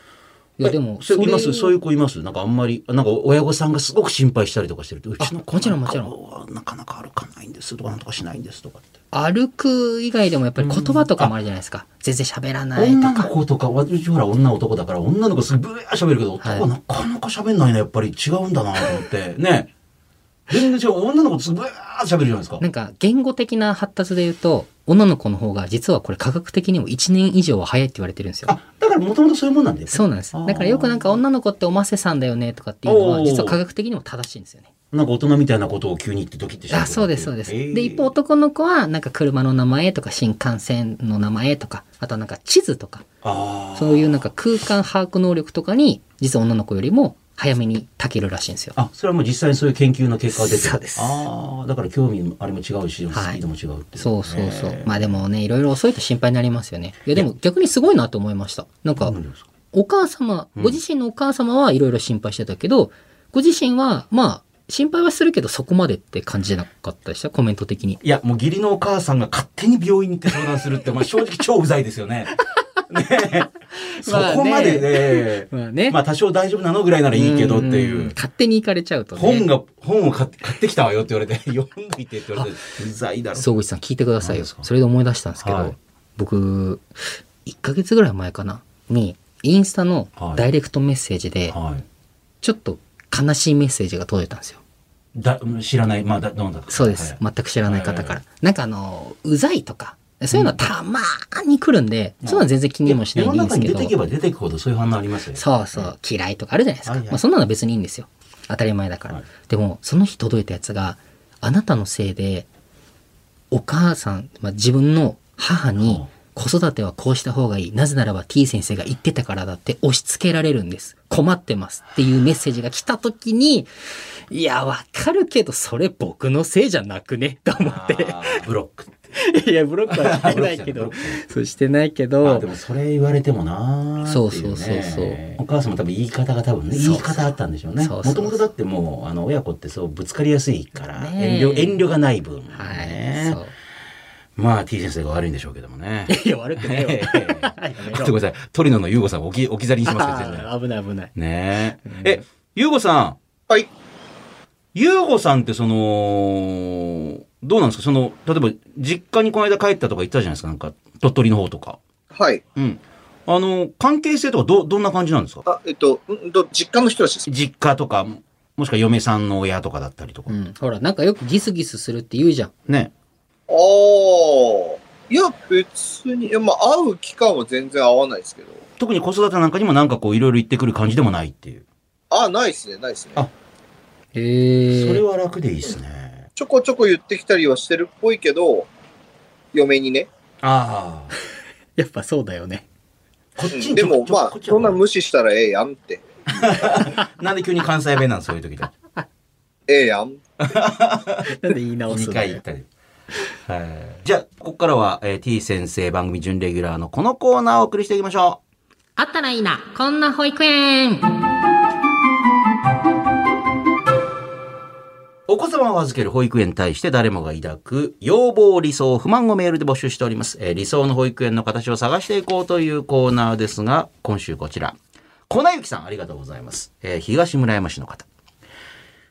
Speaker 6: いやでも、。
Speaker 1: そういますそういうう子いますなんかあんまり、なんか親御さんがすごく心配したりとかしてると、うちの子
Speaker 6: もちろん
Speaker 1: なんか
Speaker 6: も
Speaker 1: はなかなか歩かないんですとか、なんとかしないんですとかって。
Speaker 6: 歩く以外でもやっぱり言葉とかもあるじゃないですか。全然喋らないと
Speaker 1: 女の
Speaker 6: か。
Speaker 1: 子とか、うちほら女男だから、女の子すごいブーヤー喋るけど、
Speaker 6: はい
Speaker 1: 男なかなか喋んないな、やっぱり違うんだなと思って。ね。全然違う。女の子ずぶーっと喋るじゃないですか。
Speaker 6: なんか言語的な発達で言うと女の子の方が実はこれ科学的にも1年以上は早いって言われてるんですよ。
Speaker 1: あ、だからもともとそういうもんなんだよ。
Speaker 6: そうなんです。
Speaker 1: あー
Speaker 6: だからよくなんか女の子っておませさんだよねとかっていうの
Speaker 1: お
Speaker 6: は
Speaker 1: ー
Speaker 6: 実は科学的にも正しいんですよね。
Speaker 1: なんか大人みたいなことを急に言ってドキッてし
Speaker 6: あそうですそうです。で一方
Speaker 1: 方
Speaker 6: 男の子はなんか車の名前とか新幹線の名前とかあとはなんか地図とか
Speaker 1: あー
Speaker 6: そういうなんか空間把握能力とかに実は女の子よりも早めに長けるらしいんですよ。
Speaker 1: あ、それはもう実際にそういう研究の結果が出てる
Speaker 6: そうです
Speaker 1: ああ、だから興味もあれも違うし、スピードも違うってい
Speaker 6: そうそうそう。ま
Speaker 1: あ、
Speaker 6: あでもね、いろいろ遅いと心配になりますよね。いやでも逆にすごいなと思いました。なんか、
Speaker 1: 何ですか
Speaker 6: お母様、
Speaker 1: うん
Speaker 6: ご自身のお母様はいろいろ心配してたけど、ご自身は、まあ、心配はするけどそこまでって感じじゃなかったでしたコメント的に。
Speaker 1: いや、もう義理のお母さんが勝手に病院に行って相談するって、まあ正直超うざいですよ ね。ねえそ
Speaker 6: まあね
Speaker 1: こまで
Speaker 6: まあ
Speaker 1: ね、
Speaker 6: ね。
Speaker 1: まあ多少大丈夫なのぐらいならいいけどってい
Speaker 6: ん
Speaker 1: う。
Speaker 6: 勝手に行かれちゃうとね。
Speaker 1: 本が、本を買って買ってきたわよって言われ て、読んどいてって言われて、うざいだろ。
Speaker 6: 総口さん聞いてください
Speaker 1: 何
Speaker 6: よ。
Speaker 1: ですか
Speaker 6: それで思い出したんですけど、
Speaker 1: はい
Speaker 6: 僕、1ヶ月ぐらい前かな、に、インスタの
Speaker 1: はい
Speaker 6: ダイレクトメッセージで、
Speaker 1: はい。
Speaker 6: ちょっと悲しいメッセージが届いたんですよ。
Speaker 1: だ、知らない、まあ、だ、どうなんだろ
Speaker 6: そうです
Speaker 1: は。い
Speaker 6: 全く知らない方から。なんかあの、うざいとか、そういうのはたまーに来るんで、
Speaker 1: うん
Speaker 6: そういうのは全然気にもしない
Speaker 1: 世
Speaker 6: で
Speaker 1: の
Speaker 6: いいんで
Speaker 1: 中
Speaker 6: す
Speaker 1: に
Speaker 6: け
Speaker 1: 出
Speaker 6: ど
Speaker 1: てい。けば出ていくほどそういう反応ありますよね。
Speaker 6: そうそう、嫌いとかあるじゃないですか。
Speaker 1: はいはい
Speaker 6: まあそんなのは別にいいんですよ。当たり前だから。
Speaker 1: はい
Speaker 6: でも、その日届いたやつが、あなたのせいで、お母さん、まあ、自分の母
Speaker 1: は
Speaker 6: に
Speaker 1: あ、
Speaker 6: 子育てはこうした方がいい。なぜならば T 先生が言ってたからだって押し付けられるんです。困ってますっていうメッセージが来た時に、いや、わかるけど、それ僕のせいじゃなくね、と思って。
Speaker 1: あーブロッ ク。
Speaker 6: いや、ブロックはしてないけ
Speaker 1: ブロッ
Speaker 6: ど
Speaker 1: クじゃ。
Speaker 6: そうしてないけ
Speaker 1: あ
Speaker 6: ど
Speaker 1: で、もそれ言われてもなーっていね
Speaker 6: そうそうそうそう
Speaker 1: お母さんも多分言い方が多分ね
Speaker 6: そうそう
Speaker 1: 言い方あったんでしょうね
Speaker 6: そ
Speaker 1: も
Speaker 6: うそう
Speaker 1: ともとだってもうあの親子ってそうぶつかりやすいから、
Speaker 6: ねえ
Speaker 1: 遠慮遠慮がない分、ね
Speaker 6: はい。そう。
Speaker 1: まあ T 先生が悪いんでしょうけども ね
Speaker 6: いや、悪くな
Speaker 1: え
Speaker 6: いよ。
Speaker 1: え ちょっとごめんなさいトリノのユーゴさんを置き置き去りにしますけど全然
Speaker 6: 危ない危ない。
Speaker 1: ねええユーゴさん
Speaker 3: はい。
Speaker 1: ユーゴさんってそのどうなんですかその例えば実家にこの間帰ったとか言ったじゃないですかなんか鳥取の方とか
Speaker 3: はい。
Speaker 1: うん。あの、関係性とかど、どんな感じなんですか
Speaker 3: あ、えっと、うんと、実家の人たちです。
Speaker 1: 実家とか、もしくは嫁さんの親とかだったりとか。
Speaker 6: うん。ほら、なんかよくギスギスするって言うじゃん。
Speaker 1: ね。
Speaker 3: ああ。いや、別に、いやまあ、会う期間は全然合わないですけど。
Speaker 1: 特に子育てなんかにもなんかこういろいろ言ってくる感じでもないっていう。
Speaker 3: あ、ないですね、ないですね
Speaker 1: あ。
Speaker 6: へ
Speaker 1: それ
Speaker 6: え。
Speaker 1: は楽でいいですね。
Speaker 3: ちょこちょこ言ってきたりはしてるっぽいけど、嫁にね。
Speaker 1: ああ。
Speaker 6: やっぱそうだよね。
Speaker 1: こっ
Speaker 3: う
Speaker 1: ち
Speaker 3: ん
Speaker 1: に
Speaker 3: で
Speaker 1: ちょ
Speaker 3: も、
Speaker 1: ちょ
Speaker 3: まあ
Speaker 1: こっ、ちは
Speaker 3: そんな無視したらええやんって。
Speaker 1: なんで急に関西弁なんそういう時で。
Speaker 3: ええやん。
Speaker 6: なんで言い直
Speaker 1: 2
Speaker 6: すんだ
Speaker 1: 回行
Speaker 6: よ
Speaker 1: っ。たり。はい。じゃあ、ここからは、えー T 先生番組準レギュラーのこのコーナーをお送りしていきましょう。
Speaker 6: あったらいいな、こんな保育園。
Speaker 1: お子様を預ける保育園に対して誰もが抱く要望、理想、不満をメールで募集しております。えー理想の保育園の形を探していこうというコーナーですが、今週こちら。粉雪さん、ありがとうございます。えー東村山市の方。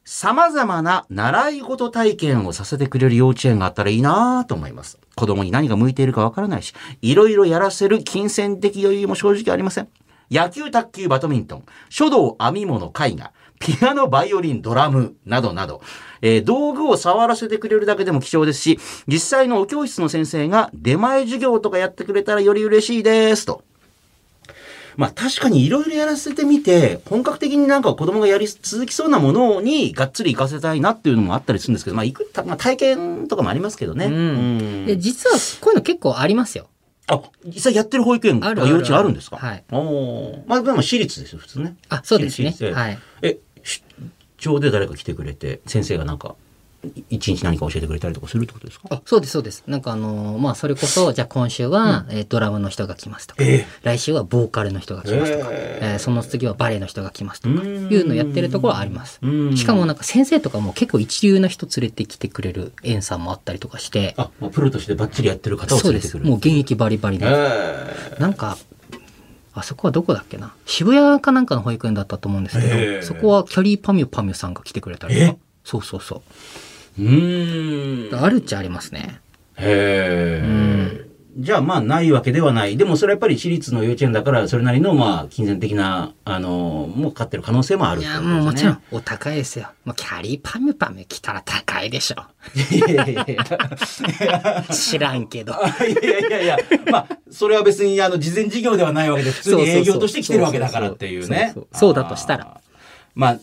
Speaker 1: 様々な習い事体験をさせてくれる幼稚園があったらいいなぁと思います。子供に何が向いているかわからないし、いろいろやらせる金銭的余裕も正直ありません。野球、卓球、バドミントン、書道、編み物、絵画、ピアノ、バイオリン、ドラム、などなど、えー道具を触らせてくれるだけでも貴重ですし、実際のお教室の先生が出前授業とかやってくれたらより嬉しいです、と。まあ確かにいろいろやらせてみて、本格的になんか子供がやり続きそうなものにがっつり行かせたいなっていうのもあったりするんですけど、まあ行く、たまあ体験とかもありますけどね。
Speaker 6: うん
Speaker 1: ん
Speaker 6: で、実はこういうの結構ありますよ。
Speaker 1: あ、実際やってる保育園とか
Speaker 6: あるある
Speaker 1: 幼稚園あるんですか
Speaker 6: はい。
Speaker 1: おお。まあでも私立ですよ、普通ね。
Speaker 6: あ、そうですね
Speaker 1: 私。立
Speaker 6: はい。
Speaker 1: え、出張で誰か来てくれて、先生がなんか、い一日何か教えてくれたりとかするってことですか
Speaker 6: あ、そうです、そうです。なんかあのーまあ、それこ そ、じゃあ今週は、えードラムの人が来ますとか、
Speaker 1: ええ
Speaker 6: 来週はボーカルの人が来ますとか、えーその次はバレエの人が来ますとか、
Speaker 1: う
Speaker 6: い
Speaker 1: ーん
Speaker 6: うのやってるところはあります
Speaker 1: う。ーん
Speaker 6: しかもなんか先生とかも結構一流な人連れてきてくれる園さんもあったりとかして、
Speaker 1: あ、もうプロとしてバッチリやってる方を
Speaker 6: そう
Speaker 1: 連れ
Speaker 6: で
Speaker 1: てく
Speaker 6: す。
Speaker 1: る。
Speaker 6: もう現役バリバリ
Speaker 1: え
Speaker 6: の。
Speaker 1: ー
Speaker 6: なんか、あそこはどこだっけな渋谷かなんかの保育園だったと思うんですけど、
Speaker 1: ええ
Speaker 6: そこはキャリーパミュパミュさんが来てくれたりとか。そうそうそう
Speaker 1: ーん。
Speaker 6: う。あるっちゃありますね。
Speaker 1: へえ。じゃあまあないわけではない。でもそれはやっぱり私立の幼稚園だから、それなりのまあ金銭的な、あの、もうかかってる可能性もある
Speaker 6: い
Speaker 1: ってこ
Speaker 6: や、
Speaker 1: と
Speaker 6: もうも
Speaker 1: で
Speaker 6: ち
Speaker 1: す
Speaker 6: ろ
Speaker 1: ね
Speaker 6: ん。、お高いですよ。もうキャリーパミュパミュ来たら高いで しょ。
Speaker 1: いやいやいや
Speaker 6: 知らんけど。
Speaker 1: いやいやいや、まあ、それは別にあの事前事業ではないわけで、普通に営業として来てるわけだからっていうね。
Speaker 6: そうそうそうそうそうだとしたら
Speaker 1: あー。まあ、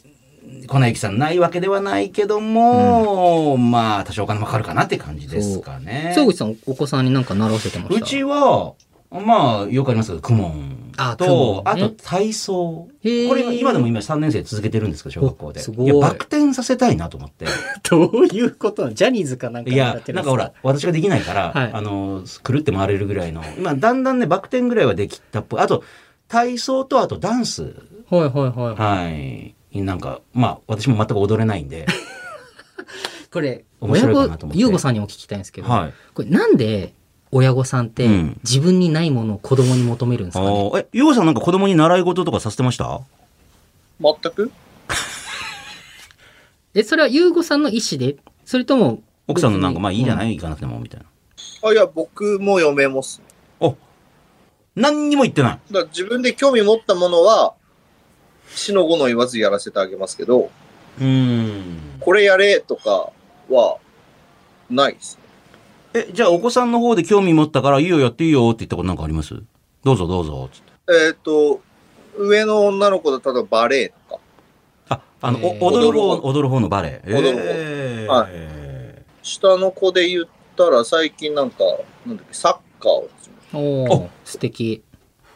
Speaker 1: 粉雪さんないわけではないけども、まあ、多少お金もかかるかなって感じですかね。
Speaker 6: 総口さん、お子さんになんか習わせてました
Speaker 1: うちは、まあ、よくありますけど、公文
Speaker 6: あ公
Speaker 1: と、あ
Speaker 6: 文ね
Speaker 1: と体操。
Speaker 6: へー
Speaker 1: これが今でも今3年生続けてるんですけど、小学校で。
Speaker 6: おすごい
Speaker 1: や、バク転させたいなと思って。
Speaker 6: どういうことなのジャニーズかなんか
Speaker 1: いや、なんかほら、私ができないから、
Speaker 6: はい
Speaker 1: あの、狂って回れるぐらいの。今、だんだんね、バク転ぐらいはできたっぽい。あと、体操と、あとダンス。
Speaker 6: はいはいは
Speaker 1: はい。なんか、まあ、私も全く踊れないん で。
Speaker 6: い。これ、
Speaker 1: 面
Speaker 6: 親
Speaker 1: 白いか
Speaker 6: 御
Speaker 1: なと思っ、て
Speaker 6: ゆうごさんにも聞きたいんですけど、
Speaker 1: はい。
Speaker 6: これなんで親御さんって
Speaker 1: うん
Speaker 6: 自分にないものを子供に求めるんですかね、
Speaker 1: あーえ、ゆうごさんなんか子供に習い事とかさせてました
Speaker 3: 全く
Speaker 6: え、それはゆうごさんの意思でそれとも、、
Speaker 1: 奥さんのなんか、まあいいじゃないい、行かなくても、みたいな。
Speaker 3: あ、いや、僕も嫁もっすね。
Speaker 1: 何にも言ってない。
Speaker 3: だから自分で興味持ったものは、死の後の言わずやらせてあげますけど、
Speaker 1: うーん。
Speaker 3: これやれとかは、ないですね。
Speaker 1: え、じゃあお子さんの方で興味持ったから、いいよやっていいよって言ったことなんかありますどうぞどうぞ、つって。
Speaker 3: えっ、と、上の女の子だったらバレエとか、
Speaker 1: あ、あの、お
Speaker 6: えー
Speaker 1: 踊る方、踊る方のバレエ。
Speaker 3: 踊る方
Speaker 1: えー
Speaker 3: は下の子で言ったら最近なんか、なんだっけ、サッカーを始めた
Speaker 6: おー素敵。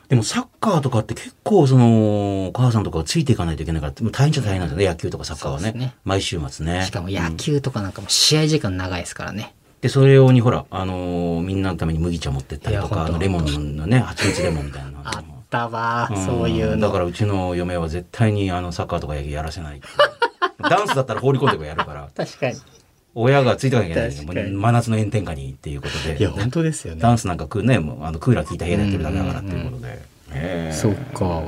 Speaker 1: でもサッカーとかって結構その、お母さんとかがついていかないといけないから、もう大変じゃ大変なんですよね、野球とかサッカーは
Speaker 6: そう
Speaker 1: ね。
Speaker 6: ですね
Speaker 1: 毎週末ね。
Speaker 6: しかも
Speaker 1: う
Speaker 6: 野
Speaker 1: ん
Speaker 6: 球とかなんかも試合時間長いですからね。
Speaker 1: で、それ用にほら、あのーみんなのために麦茶持ってったりと
Speaker 6: いや
Speaker 1: か、あ
Speaker 6: ほんと
Speaker 1: のレモンのね、蜂蜜レモンみたいなの。
Speaker 6: あったわー、
Speaker 1: ん
Speaker 6: そういう
Speaker 1: だ
Speaker 6: の。
Speaker 1: からうちの嫁は絶対にあのサッカーとか野球やらせない っていう。ダンスだったら放り込んでこうやるから。
Speaker 6: 確かに。
Speaker 1: 親がついてかなきゃいけないん
Speaker 6: 確
Speaker 1: で
Speaker 6: か
Speaker 1: もう
Speaker 6: に
Speaker 1: 真夏の炎天下にっていうことで。
Speaker 6: 当ですよ
Speaker 1: ダンスなんかク,、ね、もうあのクーラー効いた部屋でやってるだけだからっていうことで。ええ
Speaker 6: そっか。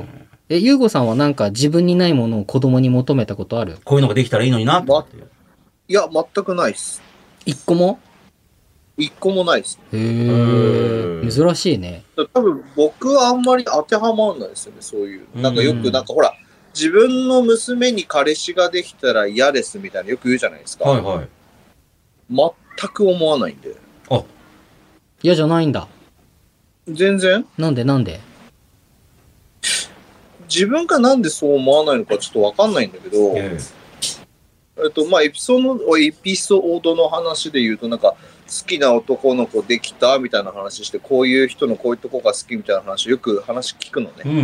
Speaker 6: え、ゆうごさんはなんか自分にないものを子供に求めたことある
Speaker 1: こういうのができたらいいのになって思って。
Speaker 3: いや、全くないです。
Speaker 6: 一個も
Speaker 3: 一個もないです。
Speaker 6: へえ。珍しいね。
Speaker 3: だから多分僕はあんまり当てはまんないですよね、そういう。なんかよ
Speaker 1: うん
Speaker 3: く、なんかほら、自分の娘に彼氏ができたら嫌ですみたいなよく言うじゃないですか。
Speaker 1: はいはい。
Speaker 3: 全く思わないんで。
Speaker 6: 嫌じゃないんだ。
Speaker 3: 全然
Speaker 6: なんでなんで
Speaker 3: 自分がなんでそう思わないのかちょっとわかんないんだけど、え
Speaker 1: え
Speaker 3: っと、まあ、エピソード、エピソードの話で言うと、なんか、好きな男の子できたみたいな話して、こういう人のこういうとこが好きみたいな話、よく話聞くの
Speaker 1: えう
Speaker 3: ね。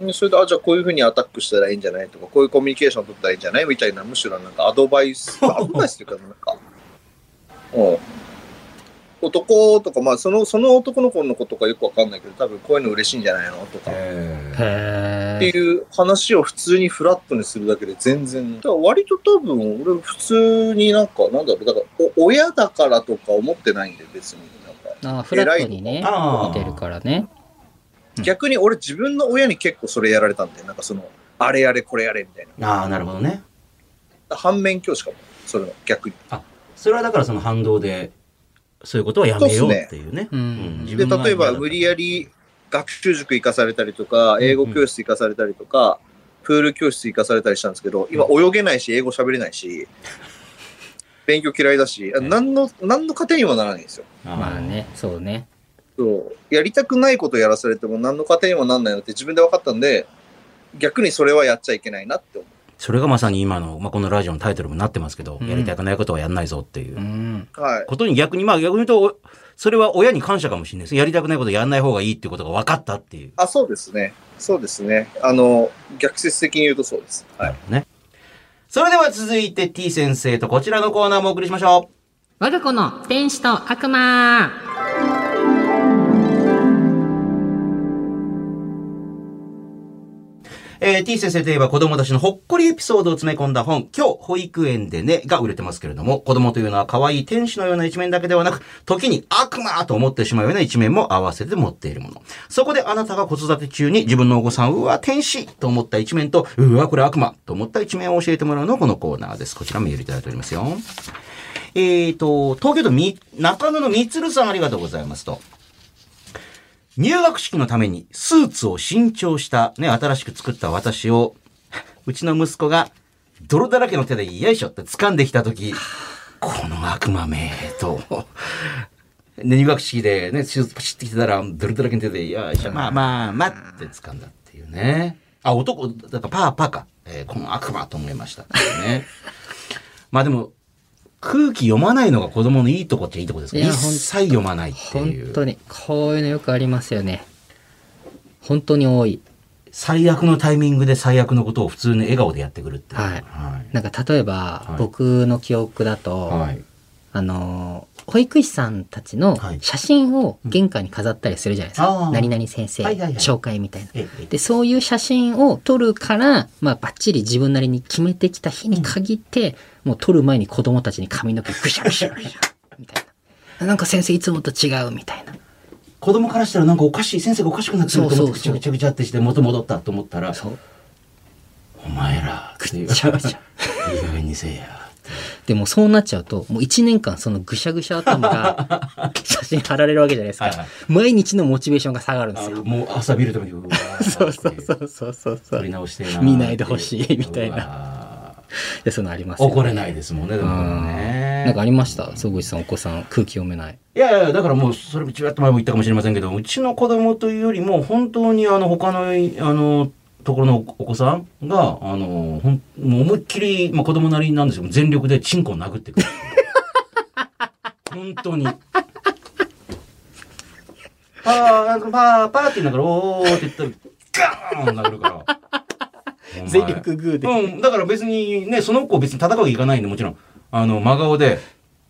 Speaker 1: ん。
Speaker 3: でそれで、あ、じゃあこういうふうにアタックしたらいいんじゃないとか、こういうコミュニケーション取ったらいいんじゃないみたいな、むしろなんかアドバイス、アドバイスというか、なんか、うん。男とか、まあ、その、その男の子のことかよくわかんないけど、多分こういうの嬉しいんじゃないのとか。
Speaker 1: え
Speaker 6: へ
Speaker 3: って
Speaker 6: え。
Speaker 3: いう話を普通にフラットにするだけで全然。だから割と多分俺普通になんかなんだろう、だからお親だからとか思ってないんで別に。なんか
Speaker 6: あーフラットにね、
Speaker 1: あー
Speaker 6: 見てるからね。うん
Speaker 3: 逆に俺自分の親に結構それやられたんで、なんかその、あれやれこれやれみたい
Speaker 1: えああ、なるほどね。
Speaker 3: な。反面教師かも。それの逆に。
Speaker 1: それはだからその反動で、そういうことはやめようっていうね。
Speaker 6: う
Speaker 1: うん
Speaker 6: ん
Speaker 1: 自。
Speaker 3: で、
Speaker 1: 分が
Speaker 3: 例えば無理やり学習塾行かされたりとか、英語教室行かされたりとか、プール教室行かされたりしたんですけど、今泳げないし、英語喋れないし、勉強嫌いだし、あ何の、何の糧にもならないんですよ。
Speaker 6: まあね、そうね。
Speaker 3: そう。やりたくないことやらされても何の糧にもなんないのって自分で分かったんで、逆にそれはやっちゃいけないなって思
Speaker 1: それがまさに今の、まあ、このラジオのタイトルもなってますけど、
Speaker 6: うん。
Speaker 1: やりたくないことはやんないぞっていううん
Speaker 3: う。はい。
Speaker 1: ことに逆に、まあ逆に言うと、おそれは親に感謝かもしれないです。やりたくないことやんない方がいいっていうことが分かったっていう。
Speaker 3: あ、そうですね。そうですね。あの、逆説的に言うとそうです。はい。
Speaker 1: ね。それでは続いて T 先生とこちらのコーナーもお送りしましょ
Speaker 6: 我が子の天使と悪魔
Speaker 1: う。えー、T 先生といえば子供たちのほっこりエピソードを詰め込んだ本、今日保育園でねが売れてますけれども、子供というのは可愛い天使のような一面だけではなく、時に悪魔と思ってしまうような一面も合わせて持っているもの。そこであなたが子育て中に自分のお子さん、うわ、天使と思った一面と、うわ、これ悪魔と思った一面を教えてもらうのがこのコーナーです。こちらメールいただいておりますよ。えっ、と、東京都み、中野のみつるさんありがとうございますと。入学式のためにスーツを新調した、ね、新しく作った私を、うちの息子が泥だらけの手でよいしょって掴んできたとき、この悪魔めと。で入学式でね、スーツパシってきてたら、泥だらけの手で、よいしょ、まあまあ、まあって掴んだっていうね。あ、男、だからパーパーか。えーこの悪魔と思いましたっていうね。 まあでも、空気読まないのが子供のいいとこっちゃいいとこですけど、
Speaker 6: いや
Speaker 1: 一切読まないって
Speaker 6: 本
Speaker 1: いう。
Speaker 6: 当にこういうのよくありますよね本当に多い
Speaker 1: 最悪のタイミングで最悪のことを普通に笑顔でやってくるっていう。
Speaker 6: はい
Speaker 1: はい。
Speaker 6: なんか例えば、
Speaker 1: い
Speaker 6: 僕の記憶だと、
Speaker 1: はい。
Speaker 6: あのー保育士さんたちの
Speaker 1: はい
Speaker 6: 写真を玄関に飾ったりするじゃないですか、
Speaker 1: うんあー
Speaker 6: 何々先生、
Speaker 1: はいはいはい
Speaker 6: 紹介みたいな
Speaker 1: ええ
Speaker 6: でそういう写真を撮るから、まあ、バッチリ自分なりに決めてきた日に限って、もう撮る前に子供たちに髪の毛ぐしゃぐしゃぐしゃみたいななんか先生いつもと違うみたいな
Speaker 1: 子供からしたらなんかおかしい、先生がおかしくなってると
Speaker 6: そう
Speaker 1: 思っ
Speaker 6: そう
Speaker 1: て、くち
Speaker 6: そ
Speaker 1: ゃ
Speaker 6: う
Speaker 1: くちゃくちゃってして元戻ったと思ったら、
Speaker 6: そう
Speaker 1: お前らっていう、
Speaker 6: ぐちゃぐちゃ
Speaker 1: いい加減にせえや。
Speaker 6: でもそうなっちゃうともう1年間そのぐしゃぐしゃ頭 が写真貼られるわけじゃないですか、
Speaker 1: はいはい
Speaker 6: 毎日のモチベーションが下がるんです
Speaker 1: あ
Speaker 6: よ
Speaker 1: もう朝見るために、うわー
Speaker 6: そうそうそうそうそうそ
Speaker 1: 撮
Speaker 6: う
Speaker 1: り直してえ
Speaker 6: 見ないでほしいみたいな
Speaker 1: な。
Speaker 6: でそういうのありますよね
Speaker 1: 怒れないですもんね、で
Speaker 6: う
Speaker 1: も
Speaker 6: ん
Speaker 1: ね。
Speaker 6: なんかありました総口さんお子さん空気読めない
Speaker 1: いやいや、だからもう、それもちらっと前も言ったかもしれませんけど、うちの子供というよりも、本当にあの、他の、あの、ところのお子さんが、あの、ほん、もう思いっきり、まあ子供なりなんですけど、全力でチンコを殴って くる。本当に。パー、パー、パーって言いながら、おーって言ったら、ガーン殴る から。お前
Speaker 6: グー
Speaker 1: うん、だから別にね、その子別に戦うわけいかないんで、もちろん、あの、真顔で、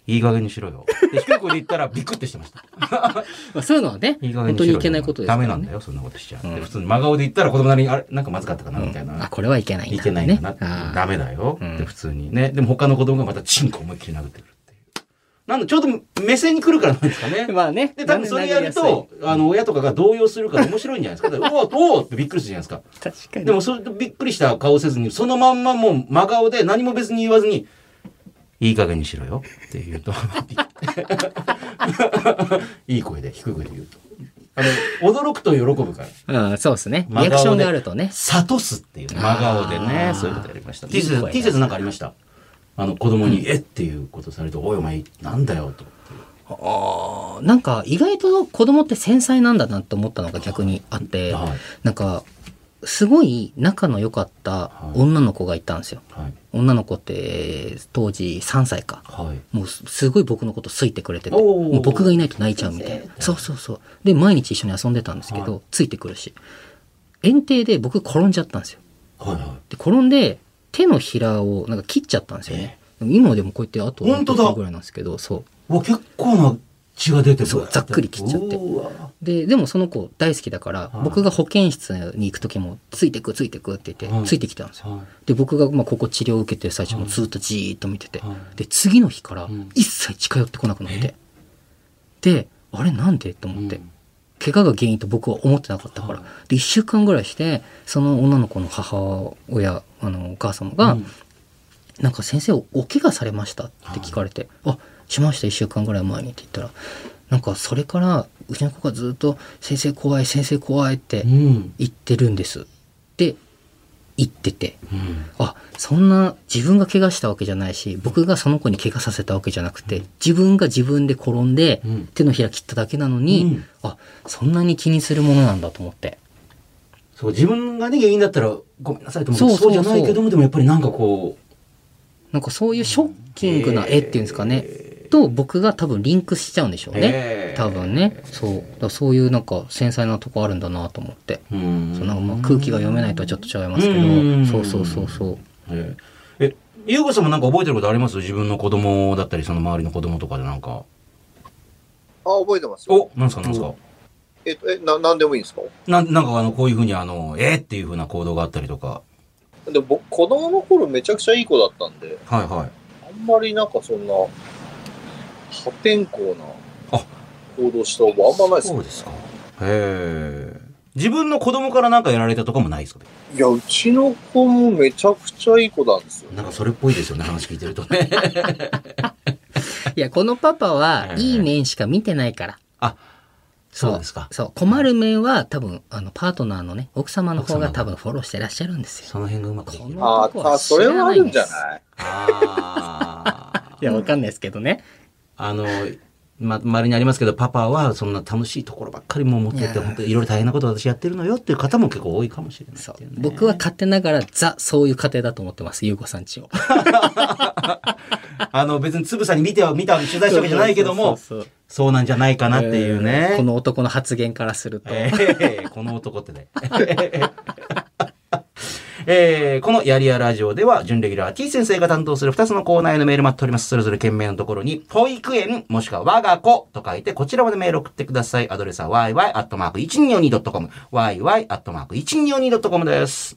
Speaker 1: いい加減にしろよ。で、低い声で言ったら、ビクってしてました。
Speaker 6: まあ、そういうのはね
Speaker 1: いい加減に
Speaker 6: 本
Speaker 1: しろ
Speaker 6: 当
Speaker 1: よ
Speaker 6: にいけないことですか
Speaker 1: ダメ
Speaker 6: ら、ね、
Speaker 1: なんだよ、そんなことしちゃう。
Speaker 6: う
Speaker 1: で
Speaker 6: ん
Speaker 1: 普通に真顔で言ったら、子供なりに、あれ、なんかまずかったかな、みたい
Speaker 6: うんあ
Speaker 1: な。
Speaker 6: これはいけないん
Speaker 1: い
Speaker 6: だ
Speaker 1: けないんだなって。
Speaker 6: あー
Speaker 1: ダメだよ。
Speaker 6: うん
Speaker 1: で、普通にね。でも他の子供がまたチンコ思いっきり殴ってくるっていう。なんで、ちょうど目線に来るからなんですか ね。
Speaker 6: まあね
Speaker 1: で、多分それやると、あの、親とかが動揺するから面白いんじゃないですか。だからうわ、どうってびっくりするじゃないですか。
Speaker 6: 確か
Speaker 1: でもそれでびっくりした顔せずに、そのまんまもう真顔で何も別に言わずに、いい加減にしろよって言うと、 いい声で、低い声で言うと。あの、驚くと喜ぶから。
Speaker 6: うん、そうですね
Speaker 1: 真顔で
Speaker 6: リアクションがあるとね
Speaker 1: 諭すっていうね真顔でね
Speaker 6: あー
Speaker 1: そういうことやりました
Speaker 6: い
Speaker 1: T
Speaker 6: い
Speaker 1: シ
Speaker 6: 声
Speaker 1: ャ
Speaker 6: だ
Speaker 1: ツ T シャツなんかありましたあの子供に「えっ?」ていうことされて「おいお前なんだよ」と
Speaker 6: あなんか意外と子供って繊細なんだなって思ったのが逆にあって
Speaker 1: はい
Speaker 6: なんかすごい仲の良かった女の子がいたんですよ
Speaker 1: はい
Speaker 6: 女の子って当時3歳か
Speaker 1: はい
Speaker 6: もうすすごい僕のこと好いてくれてて
Speaker 1: おー
Speaker 6: もう僕がいないと泣いちゃうみたいなそうそうそうで毎日一緒に遊んでたんですけど、
Speaker 1: は
Speaker 6: ついてくるし園庭で僕転んじゃったんですよ
Speaker 1: はいはい
Speaker 6: で転んで手のひらをなんか切っちゃったんですよね、今でもこうやってあと
Speaker 1: 本当だ
Speaker 6: 何ぐらいなんですけどそう
Speaker 1: うわ結構な血が出てる
Speaker 6: そうざっくり切っちゃって
Speaker 1: うわ
Speaker 6: ででもその子大好きだから、
Speaker 1: はい
Speaker 6: 僕が保健室に行く時も「ついてくついてく」って言って、
Speaker 1: はい
Speaker 6: ついてきたんですよ
Speaker 1: は
Speaker 6: で僕がまあここ治療を受けてる最初も
Speaker 1: はい
Speaker 6: ずっとじーっと見てて、
Speaker 1: はい
Speaker 6: で次の日から
Speaker 1: うん
Speaker 6: 一切近寄ってこなくなって、であれなんでと
Speaker 1: い
Speaker 6: 思って、
Speaker 1: うん
Speaker 6: 怪我が原因と僕は思ってなかったから、
Speaker 1: は
Speaker 6: で1週間ぐらいしてその女の子の母親あのお母様が、
Speaker 1: うん
Speaker 6: なんか先生お怪我されましたって聞かれて「あしました1週間ぐらい前に」って言ったらなんかそれからうちの子がずっと「先生怖い先生怖い」って
Speaker 1: うん
Speaker 6: 言ってるんですって言ってて
Speaker 1: うん
Speaker 6: あそんな自分が怪我したわけじゃないし僕がその子に怪我させたわけじゃなくて自分が自分で転んで
Speaker 1: うん
Speaker 6: 手のひら切っただけなのに、
Speaker 1: うん
Speaker 6: あそんなに気にするものなんだと思って。
Speaker 1: そう自分がね原因だったらごめんなさいと思うけど
Speaker 6: そ
Speaker 1: そう
Speaker 6: そう
Speaker 1: うじ
Speaker 6: そ
Speaker 1: ゃ
Speaker 6: う
Speaker 1: ないけどもでもやっぱりなんかこう
Speaker 6: なんかそういうショッキングな絵っていうんですかね、と僕が多分リンクしちゃうんでしょう
Speaker 1: へ
Speaker 6: ね
Speaker 1: ー
Speaker 6: 多分ねそうだからそういうなんか繊細なとこあるんだなと思って、
Speaker 1: うん
Speaker 6: そのまあ空気が読めないとはちょっと違いますけど、
Speaker 1: うん
Speaker 6: そうそうそうそう
Speaker 1: えええ、ゆうごさんもなんか覚えてることあります自分の子供だったり、その周りの子供とかでなんか。
Speaker 3: あ、覚えてますよ。
Speaker 1: おなんすかなんすか、
Speaker 3: えっと、え、な、なんでもいいんですか
Speaker 1: なんなんかあの、こういうふうにあの、えっていうふうな行動があったりとか。
Speaker 3: でも僕、子供の頃めちゃくちゃいい子だったんで、
Speaker 1: はいはい。
Speaker 3: あんまりなんかそんな、破天荒な
Speaker 1: あ
Speaker 3: 行動した覚えあんまないです
Speaker 1: そう
Speaker 3: ね
Speaker 1: ですか。へえ。自分の子供からなんかやられたとかもないですか
Speaker 3: いや、うちの子もめちゃくちゃいい子なんですよ。
Speaker 1: なんかそれっぽいですよね、話聞いてるとね。
Speaker 6: いや、このパパは
Speaker 1: え、え
Speaker 6: いい面しか見てないから。
Speaker 1: あ、そうですか。
Speaker 6: そう。困る面は、多分、あの、パートナーのね、奥様の方が
Speaker 1: 奥様
Speaker 6: 多
Speaker 1: の
Speaker 6: 分フォローしてらっしゃるんですよ。
Speaker 1: その辺がうまくできる。
Speaker 6: この
Speaker 3: あーあ、それはあるんじゃない
Speaker 1: ああ。
Speaker 6: いや、わかんないですけどね。
Speaker 1: あの、ま、丸にありますけど、パパはそんな楽しいところばっかりもう持って
Speaker 6: い
Speaker 1: て、
Speaker 6: や
Speaker 1: 本当にいろいろ大変なこと私やってるのよっていう方も結構多いかもしれない、
Speaker 6: そう
Speaker 1: っていう。ね
Speaker 6: 僕は勝手ながら、ザ、そういう家庭だと思ってます、ゆうこさんちを。
Speaker 1: あの、別につぶさに見ては見た、取材したわけじゃないけども、
Speaker 6: そうそうそう
Speaker 1: そうなんじゃないかなっていうね。
Speaker 6: えーこの男の発言からすると。
Speaker 1: えーこの男ってね。 えーこのやりやラジオでは、準レギュラー T 先生が担当する2つのコーナーへのメール待っております。それぞれ件名のところに、保育園、もしくは我が子と書いて、こちらまでメール送ってください。アドレスは yy.1242.com、yy.1242.com です。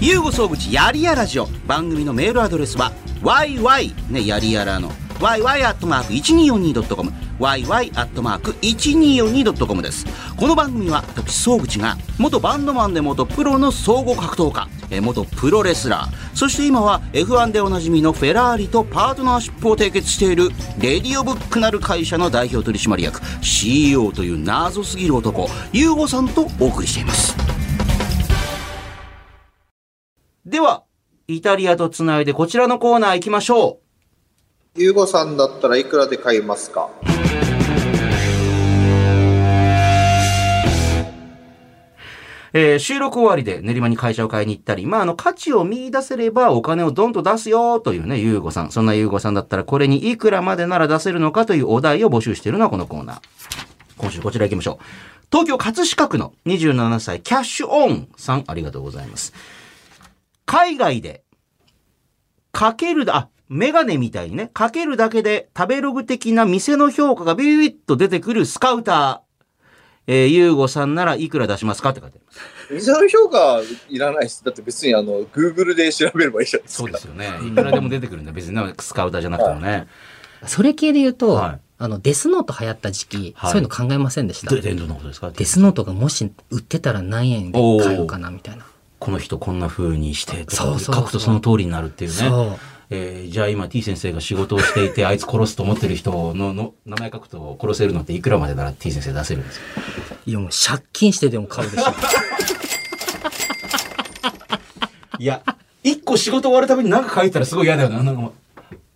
Speaker 1: ゆうご総口やりやラジオ番組のメールアドレスは yy ねやりやらの yy.1242.com yy.1242.com ですこの番組は私総口が元バンドマンで元プロの総合格闘家えー元プロレスラーそして今は F1 でおなじみのフェラーリとパートナーシップを締結しているレディオブックなる会社の代表取締役 CEO という謎すぎる男ゆうごさんとお送りしていますでは、イタリアとつないでこちらのコーナー行きましょ
Speaker 3: ゆうごさんだったらいくらで買いますか
Speaker 1: う。えー収録終わりで練馬に会社を買いに行ったり、まあ、あの、価値を見出せればお金をドンと出すよというね、ゆうごさん。そんなゆうごさんだったらこれにいくらまでなら出せるのかというお題を募集しているのはこのコーナー。今週こちら行きましょう。東京葛飾区の27歳キャッシュオンさん、ありがとうございます。海外で、かけるだ、あ、メガネみたいにね、かけるだけで食べログ的な店の評価がビビビッと出てくるスカウター。えー、ゆうごさんならいくら出しますかって書いてあります。
Speaker 3: 水の評価いらないです。だって別にあの、Google で調べればいいじゃないですか。
Speaker 1: すよね。いくらでも出てくるんだ。別になスカウターじゃなくてもね。
Speaker 6: それ系で言うと、
Speaker 1: はい
Speaker 6: あの、デスノート流行った時期、
Speaker 1: はい
Speaker 6: そういうの考えませんでした。
Speaker 1: で、伝統のことですか
Speaker 6: デスノートがもし売ってたら何円で買えるかなみたいな。
Speaker 1: この人こんな風にしてとか
Speaker 6: そうそうそう
Speaker 1: 書くとその通りになるっていうね。
Speaker 6: そう。
Speaker 1: えーじゃあ今 T 先生が仕事をしていて、あいつ殺すと思ってる人のの名前書くと殺せるのっていくらまでなら T 先生出せるんですか
Speaker 6: いやもう借金してでも買うでしょ。
Speaker 1: いや、一個仕事終わるたびに何か書いたらすごい嫌だよな。なんかもう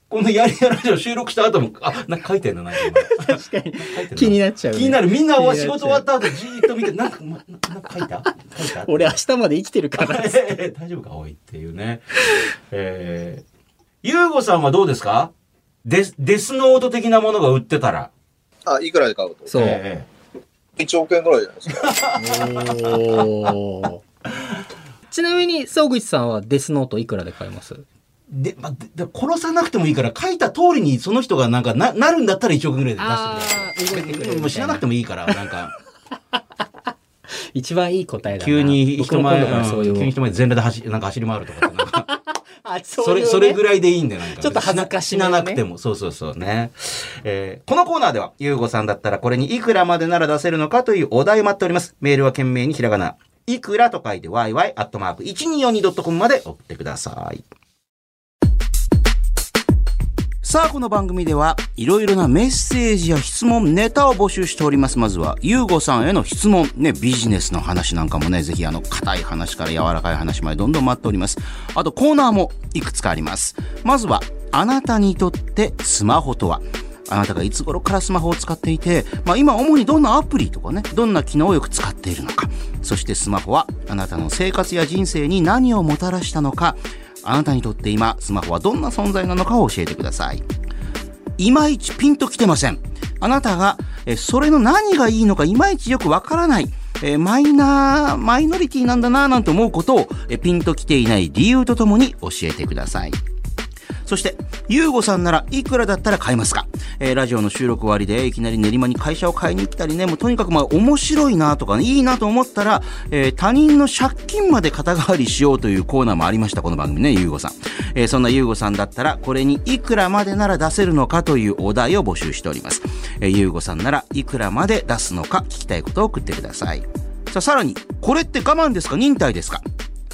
Speaker 1: このやりやらじを収録した後も、あ、なんか書いてんのなんか今。確かに。
Speaker 6: 気になっちゃうね
Speaker 1: 気になる。みんな
Speaker 6: 気になっちゃう
Speaker 1: 仕事終わった後じーっと見て、なんか、まななんか書いた書いた
Speaker 6: 俺明日まで生きてるから。
Speaker 1: えー大丈夫か、おいっていうね。えー、ゆうごさんはどうですかデス、デスノート的なものが売ってたら。
Speaker 3: あ、いくらで買うと
Speaker 6: そう。
Speaker 1: え
Speaker 3: 1億円ぐらいじゃないですか。
Speaker 6: おー ちなみに、総口さんはデスノートいくらで買えます
Speaker 1: ーで、まあ、でで殺さなくてもいいから、書いた通りにその人がなんかな、なるんだったら1億ぐらいで出してくれ
Speaker 6: あー動いてくれるみたい
Speaker 1: る。
Speaker 6: な
Speaker 1: もう死ななくてもいいから、なんか、
Speaker 6: 一番いい答えだな。
Speaker 1: 急に人前、
Speaker 6: 僕も今度からそうい
Speaker 1: う
Speaker 6: う
Speaker 1: ん急に人前全裸で走り、なんか走り回るとかってなんか。
Speaker 6: あ
Speaker 1: それ、それぐらいでいいんで、なんか。
Speaker 6: ちょっと恥ずかしめ
Speaker 1: な
Speaker 6: のね
Speaker 1: なくても。そうそうそうね。えーこのコーナーでは、ゆうごさんだったらこれにいくらまでなら出せるのかというお題を待っております。メールは懸命にひらがな、いくらと書いて yy.1242.com まで送ってください。さあ、この番組では、いろいろなメッセージや質問、ネタを募集しております。まずは、ゆうごさんへの質問、ね、ビジネスの話なんかもね、ぜひ、あの、硬い話から柔らかい話までどんどん待っております。あと、コーナーもいくつかあります。まずは、あなたにとってスマホとはあなたがいつ頃からスマホを使っていて、まあ、今主にどんなアプリとかねどんな機能をよく使っているのかそしてスマホはあなたの生活や人生に何をもたらしたのかあなたにとって今スマホはどんな存在なのかを教えてくださいいまいちピンときてません。あなたが、えーそれの何がいいのかいまいちよくわからない、えーマイナー、マイノリティなんだなぁなんて思うことを、えーピンときていない理由とともに教えてください。そして、ゆうごさんならいくらだったら買えますか、えーラジオの収録終わりでいきなり練馬に会社を買いに来たりね、もうとにかくまあ面白いなとかね、いいなと思ったら、えー他人の借金まで肩代わりしようというコーナーもありました、この番組ね、ゆうごさん。えーそんなゆうごさんだったら、これにいくらまでなら出せるのかというお題を募集しております。えーゆうごさんならいくらまで出すのか聞きたいことを送ってください。さあ、さらに、これって我慢ですか忍耐ですか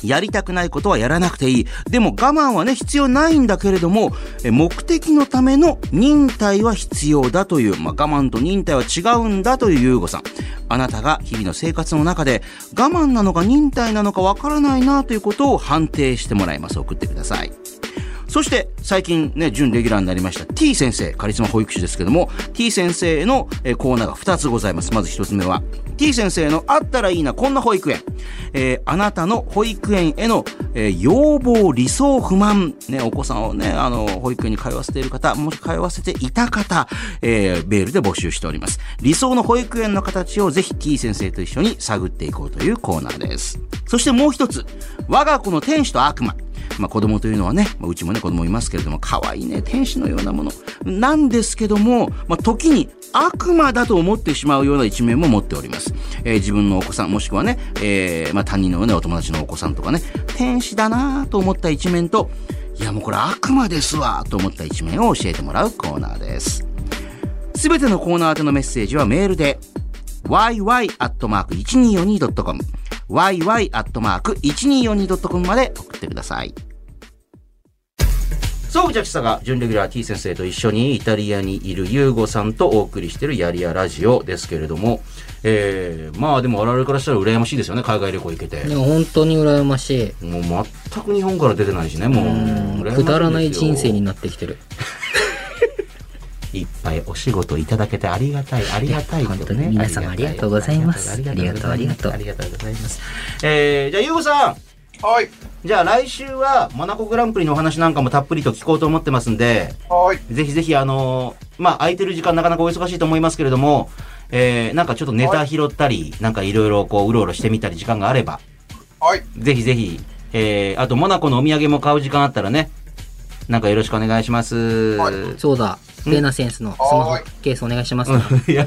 Speaker 1: やりたくないことはやらなくていい。でも我慢はね、必要ないんだけれども、え目的のための忍耐は必要だという、まあ、我慢と忍耐は違うんだというゆうごさん。あなたが日々の生活の中で、我慢なのか忍耐なのかわからないなということを判定してもらいます。送ってください。そして、最近ね、準レギュラーになりました T 先生、カリスマ保育士ですけども、T 先生へのえーコーナーが2つございます。まず1つ目は、T 先生のあったらいいな、こんな保育園。えーあなたの保育園への、えー要望、理想、不満。ね、お子さんをね、あの、保育園に通わせている方、もし通わせていた方、えー、メールで募集しております。理想の保育園の形をぜひ T 先生と一緒に探っていこうというコーナーです。そしてもう一つ、我が子の天使と悪魔。まあ、子供というのはね、まあうちもね、子供いますけれども、可愛いね、天使のようなもの。なんですけども、まあ、時に悪魔だと思ってしまうような一面も持っております。えー自分のお子さん、もしくはね、えーまあ、他人のね、お友達のお子さんとかね、天使だなぁと思った一面と、いやもうこれ悪魔ですわと思った一面を教えてもらうコーナーです。すべてのコーナー宛てのメッセージはメールで、yy.1242.com yy.1242.com まで送ってください。そう、ジャキサが、準レギュラー T 先生と一緒にイタリアにいるユーゴさんとお送りしているやりやラジオですけれども、えー、まあでも我々からしたら羨ましいですよね、海外旅行行けて。
Speaker 6: でも本当に羨まし
Speaker 1: もう全く日本から出てないしね、もう羨ましいで
Speaker 6: い。
Speaker 1: すよ。
Speaker 6: くだらない人生になってきてる。
Speaker 1: いっぱいお仕事いただけてありがたい、ありがたいとね。
Speaker 6: 本当に皆様ありがとうございます
Speaker 1: ありがとう、あ
Speaker 6: あ
Speaker 1: りがとうございます。えー、じゃあ、ゆうごさん。
Speaker 3: はい。
Speaker 1: じゃあ、来週は、モナコグランプリのお話なんかもたっぷりと聞こうと思ってますんで、
Speaker 3: はい。
Speaker 1: ぜひぜひ、あのーまあ、空いてる時間なかなかお忙しいと思いますけれども、えー、なんかちょっとネタ拾ったり、なんかいろいろこう、うろうろしてみたり時間があれば、
Speaker 3: はい。
Speaker 1: ぜひぜひ、えー、あと、モナコのお土産も買う時間あったらね、なんかよろしくお願いします。
Speaker 3: はい
Speaker 6: そうだ、レナセンスのスマホ
Speaker 3: はい
Speaker 6: ケースお願いします。
Speaker 1: いや、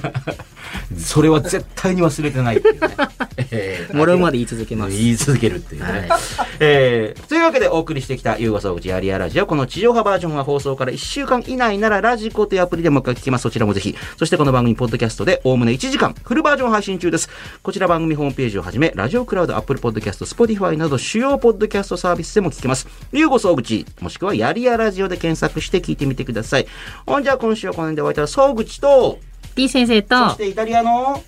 Speaker 1: それは絶対に忘れてないっていうね。 えー
Speaker 6: もらうまで言い続けます。
Speaker 1: 言い続けるっていうね。
Speaker 6: は
Speaker 1: えーというわけでお送りしてきた、ゆうご総口やりやラジオ。この地上波バージョンは放送から1週間以内なら、ラジコというアプリでもう一回聞けます。そちらもぜひ。そしてこの番組、ポッドキャストで、おおむね1時間、フルバージョン配信中です。こちら番組ホームページをはじめ、ラジオクラウド、アップルポッドキャスト、スポティファイなど、主要ポッドキャストサービスでも聞けます。ゆうご総口、もしくはやりやラジオで検索して聞いてみてください。ほんじゃ、今週はこの辺で終わりたら、総口と、
Speaker 6: T 先生と
Speaker 1: そしてイタリアの、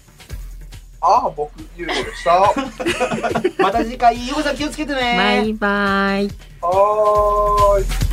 Speaker 3: ああ、僕、ユーゴでした。は
Speaker 1: また次回、ゆうごさん気をつけてね。
Speaker 6: バイバイ。
Speaker 3: ーい。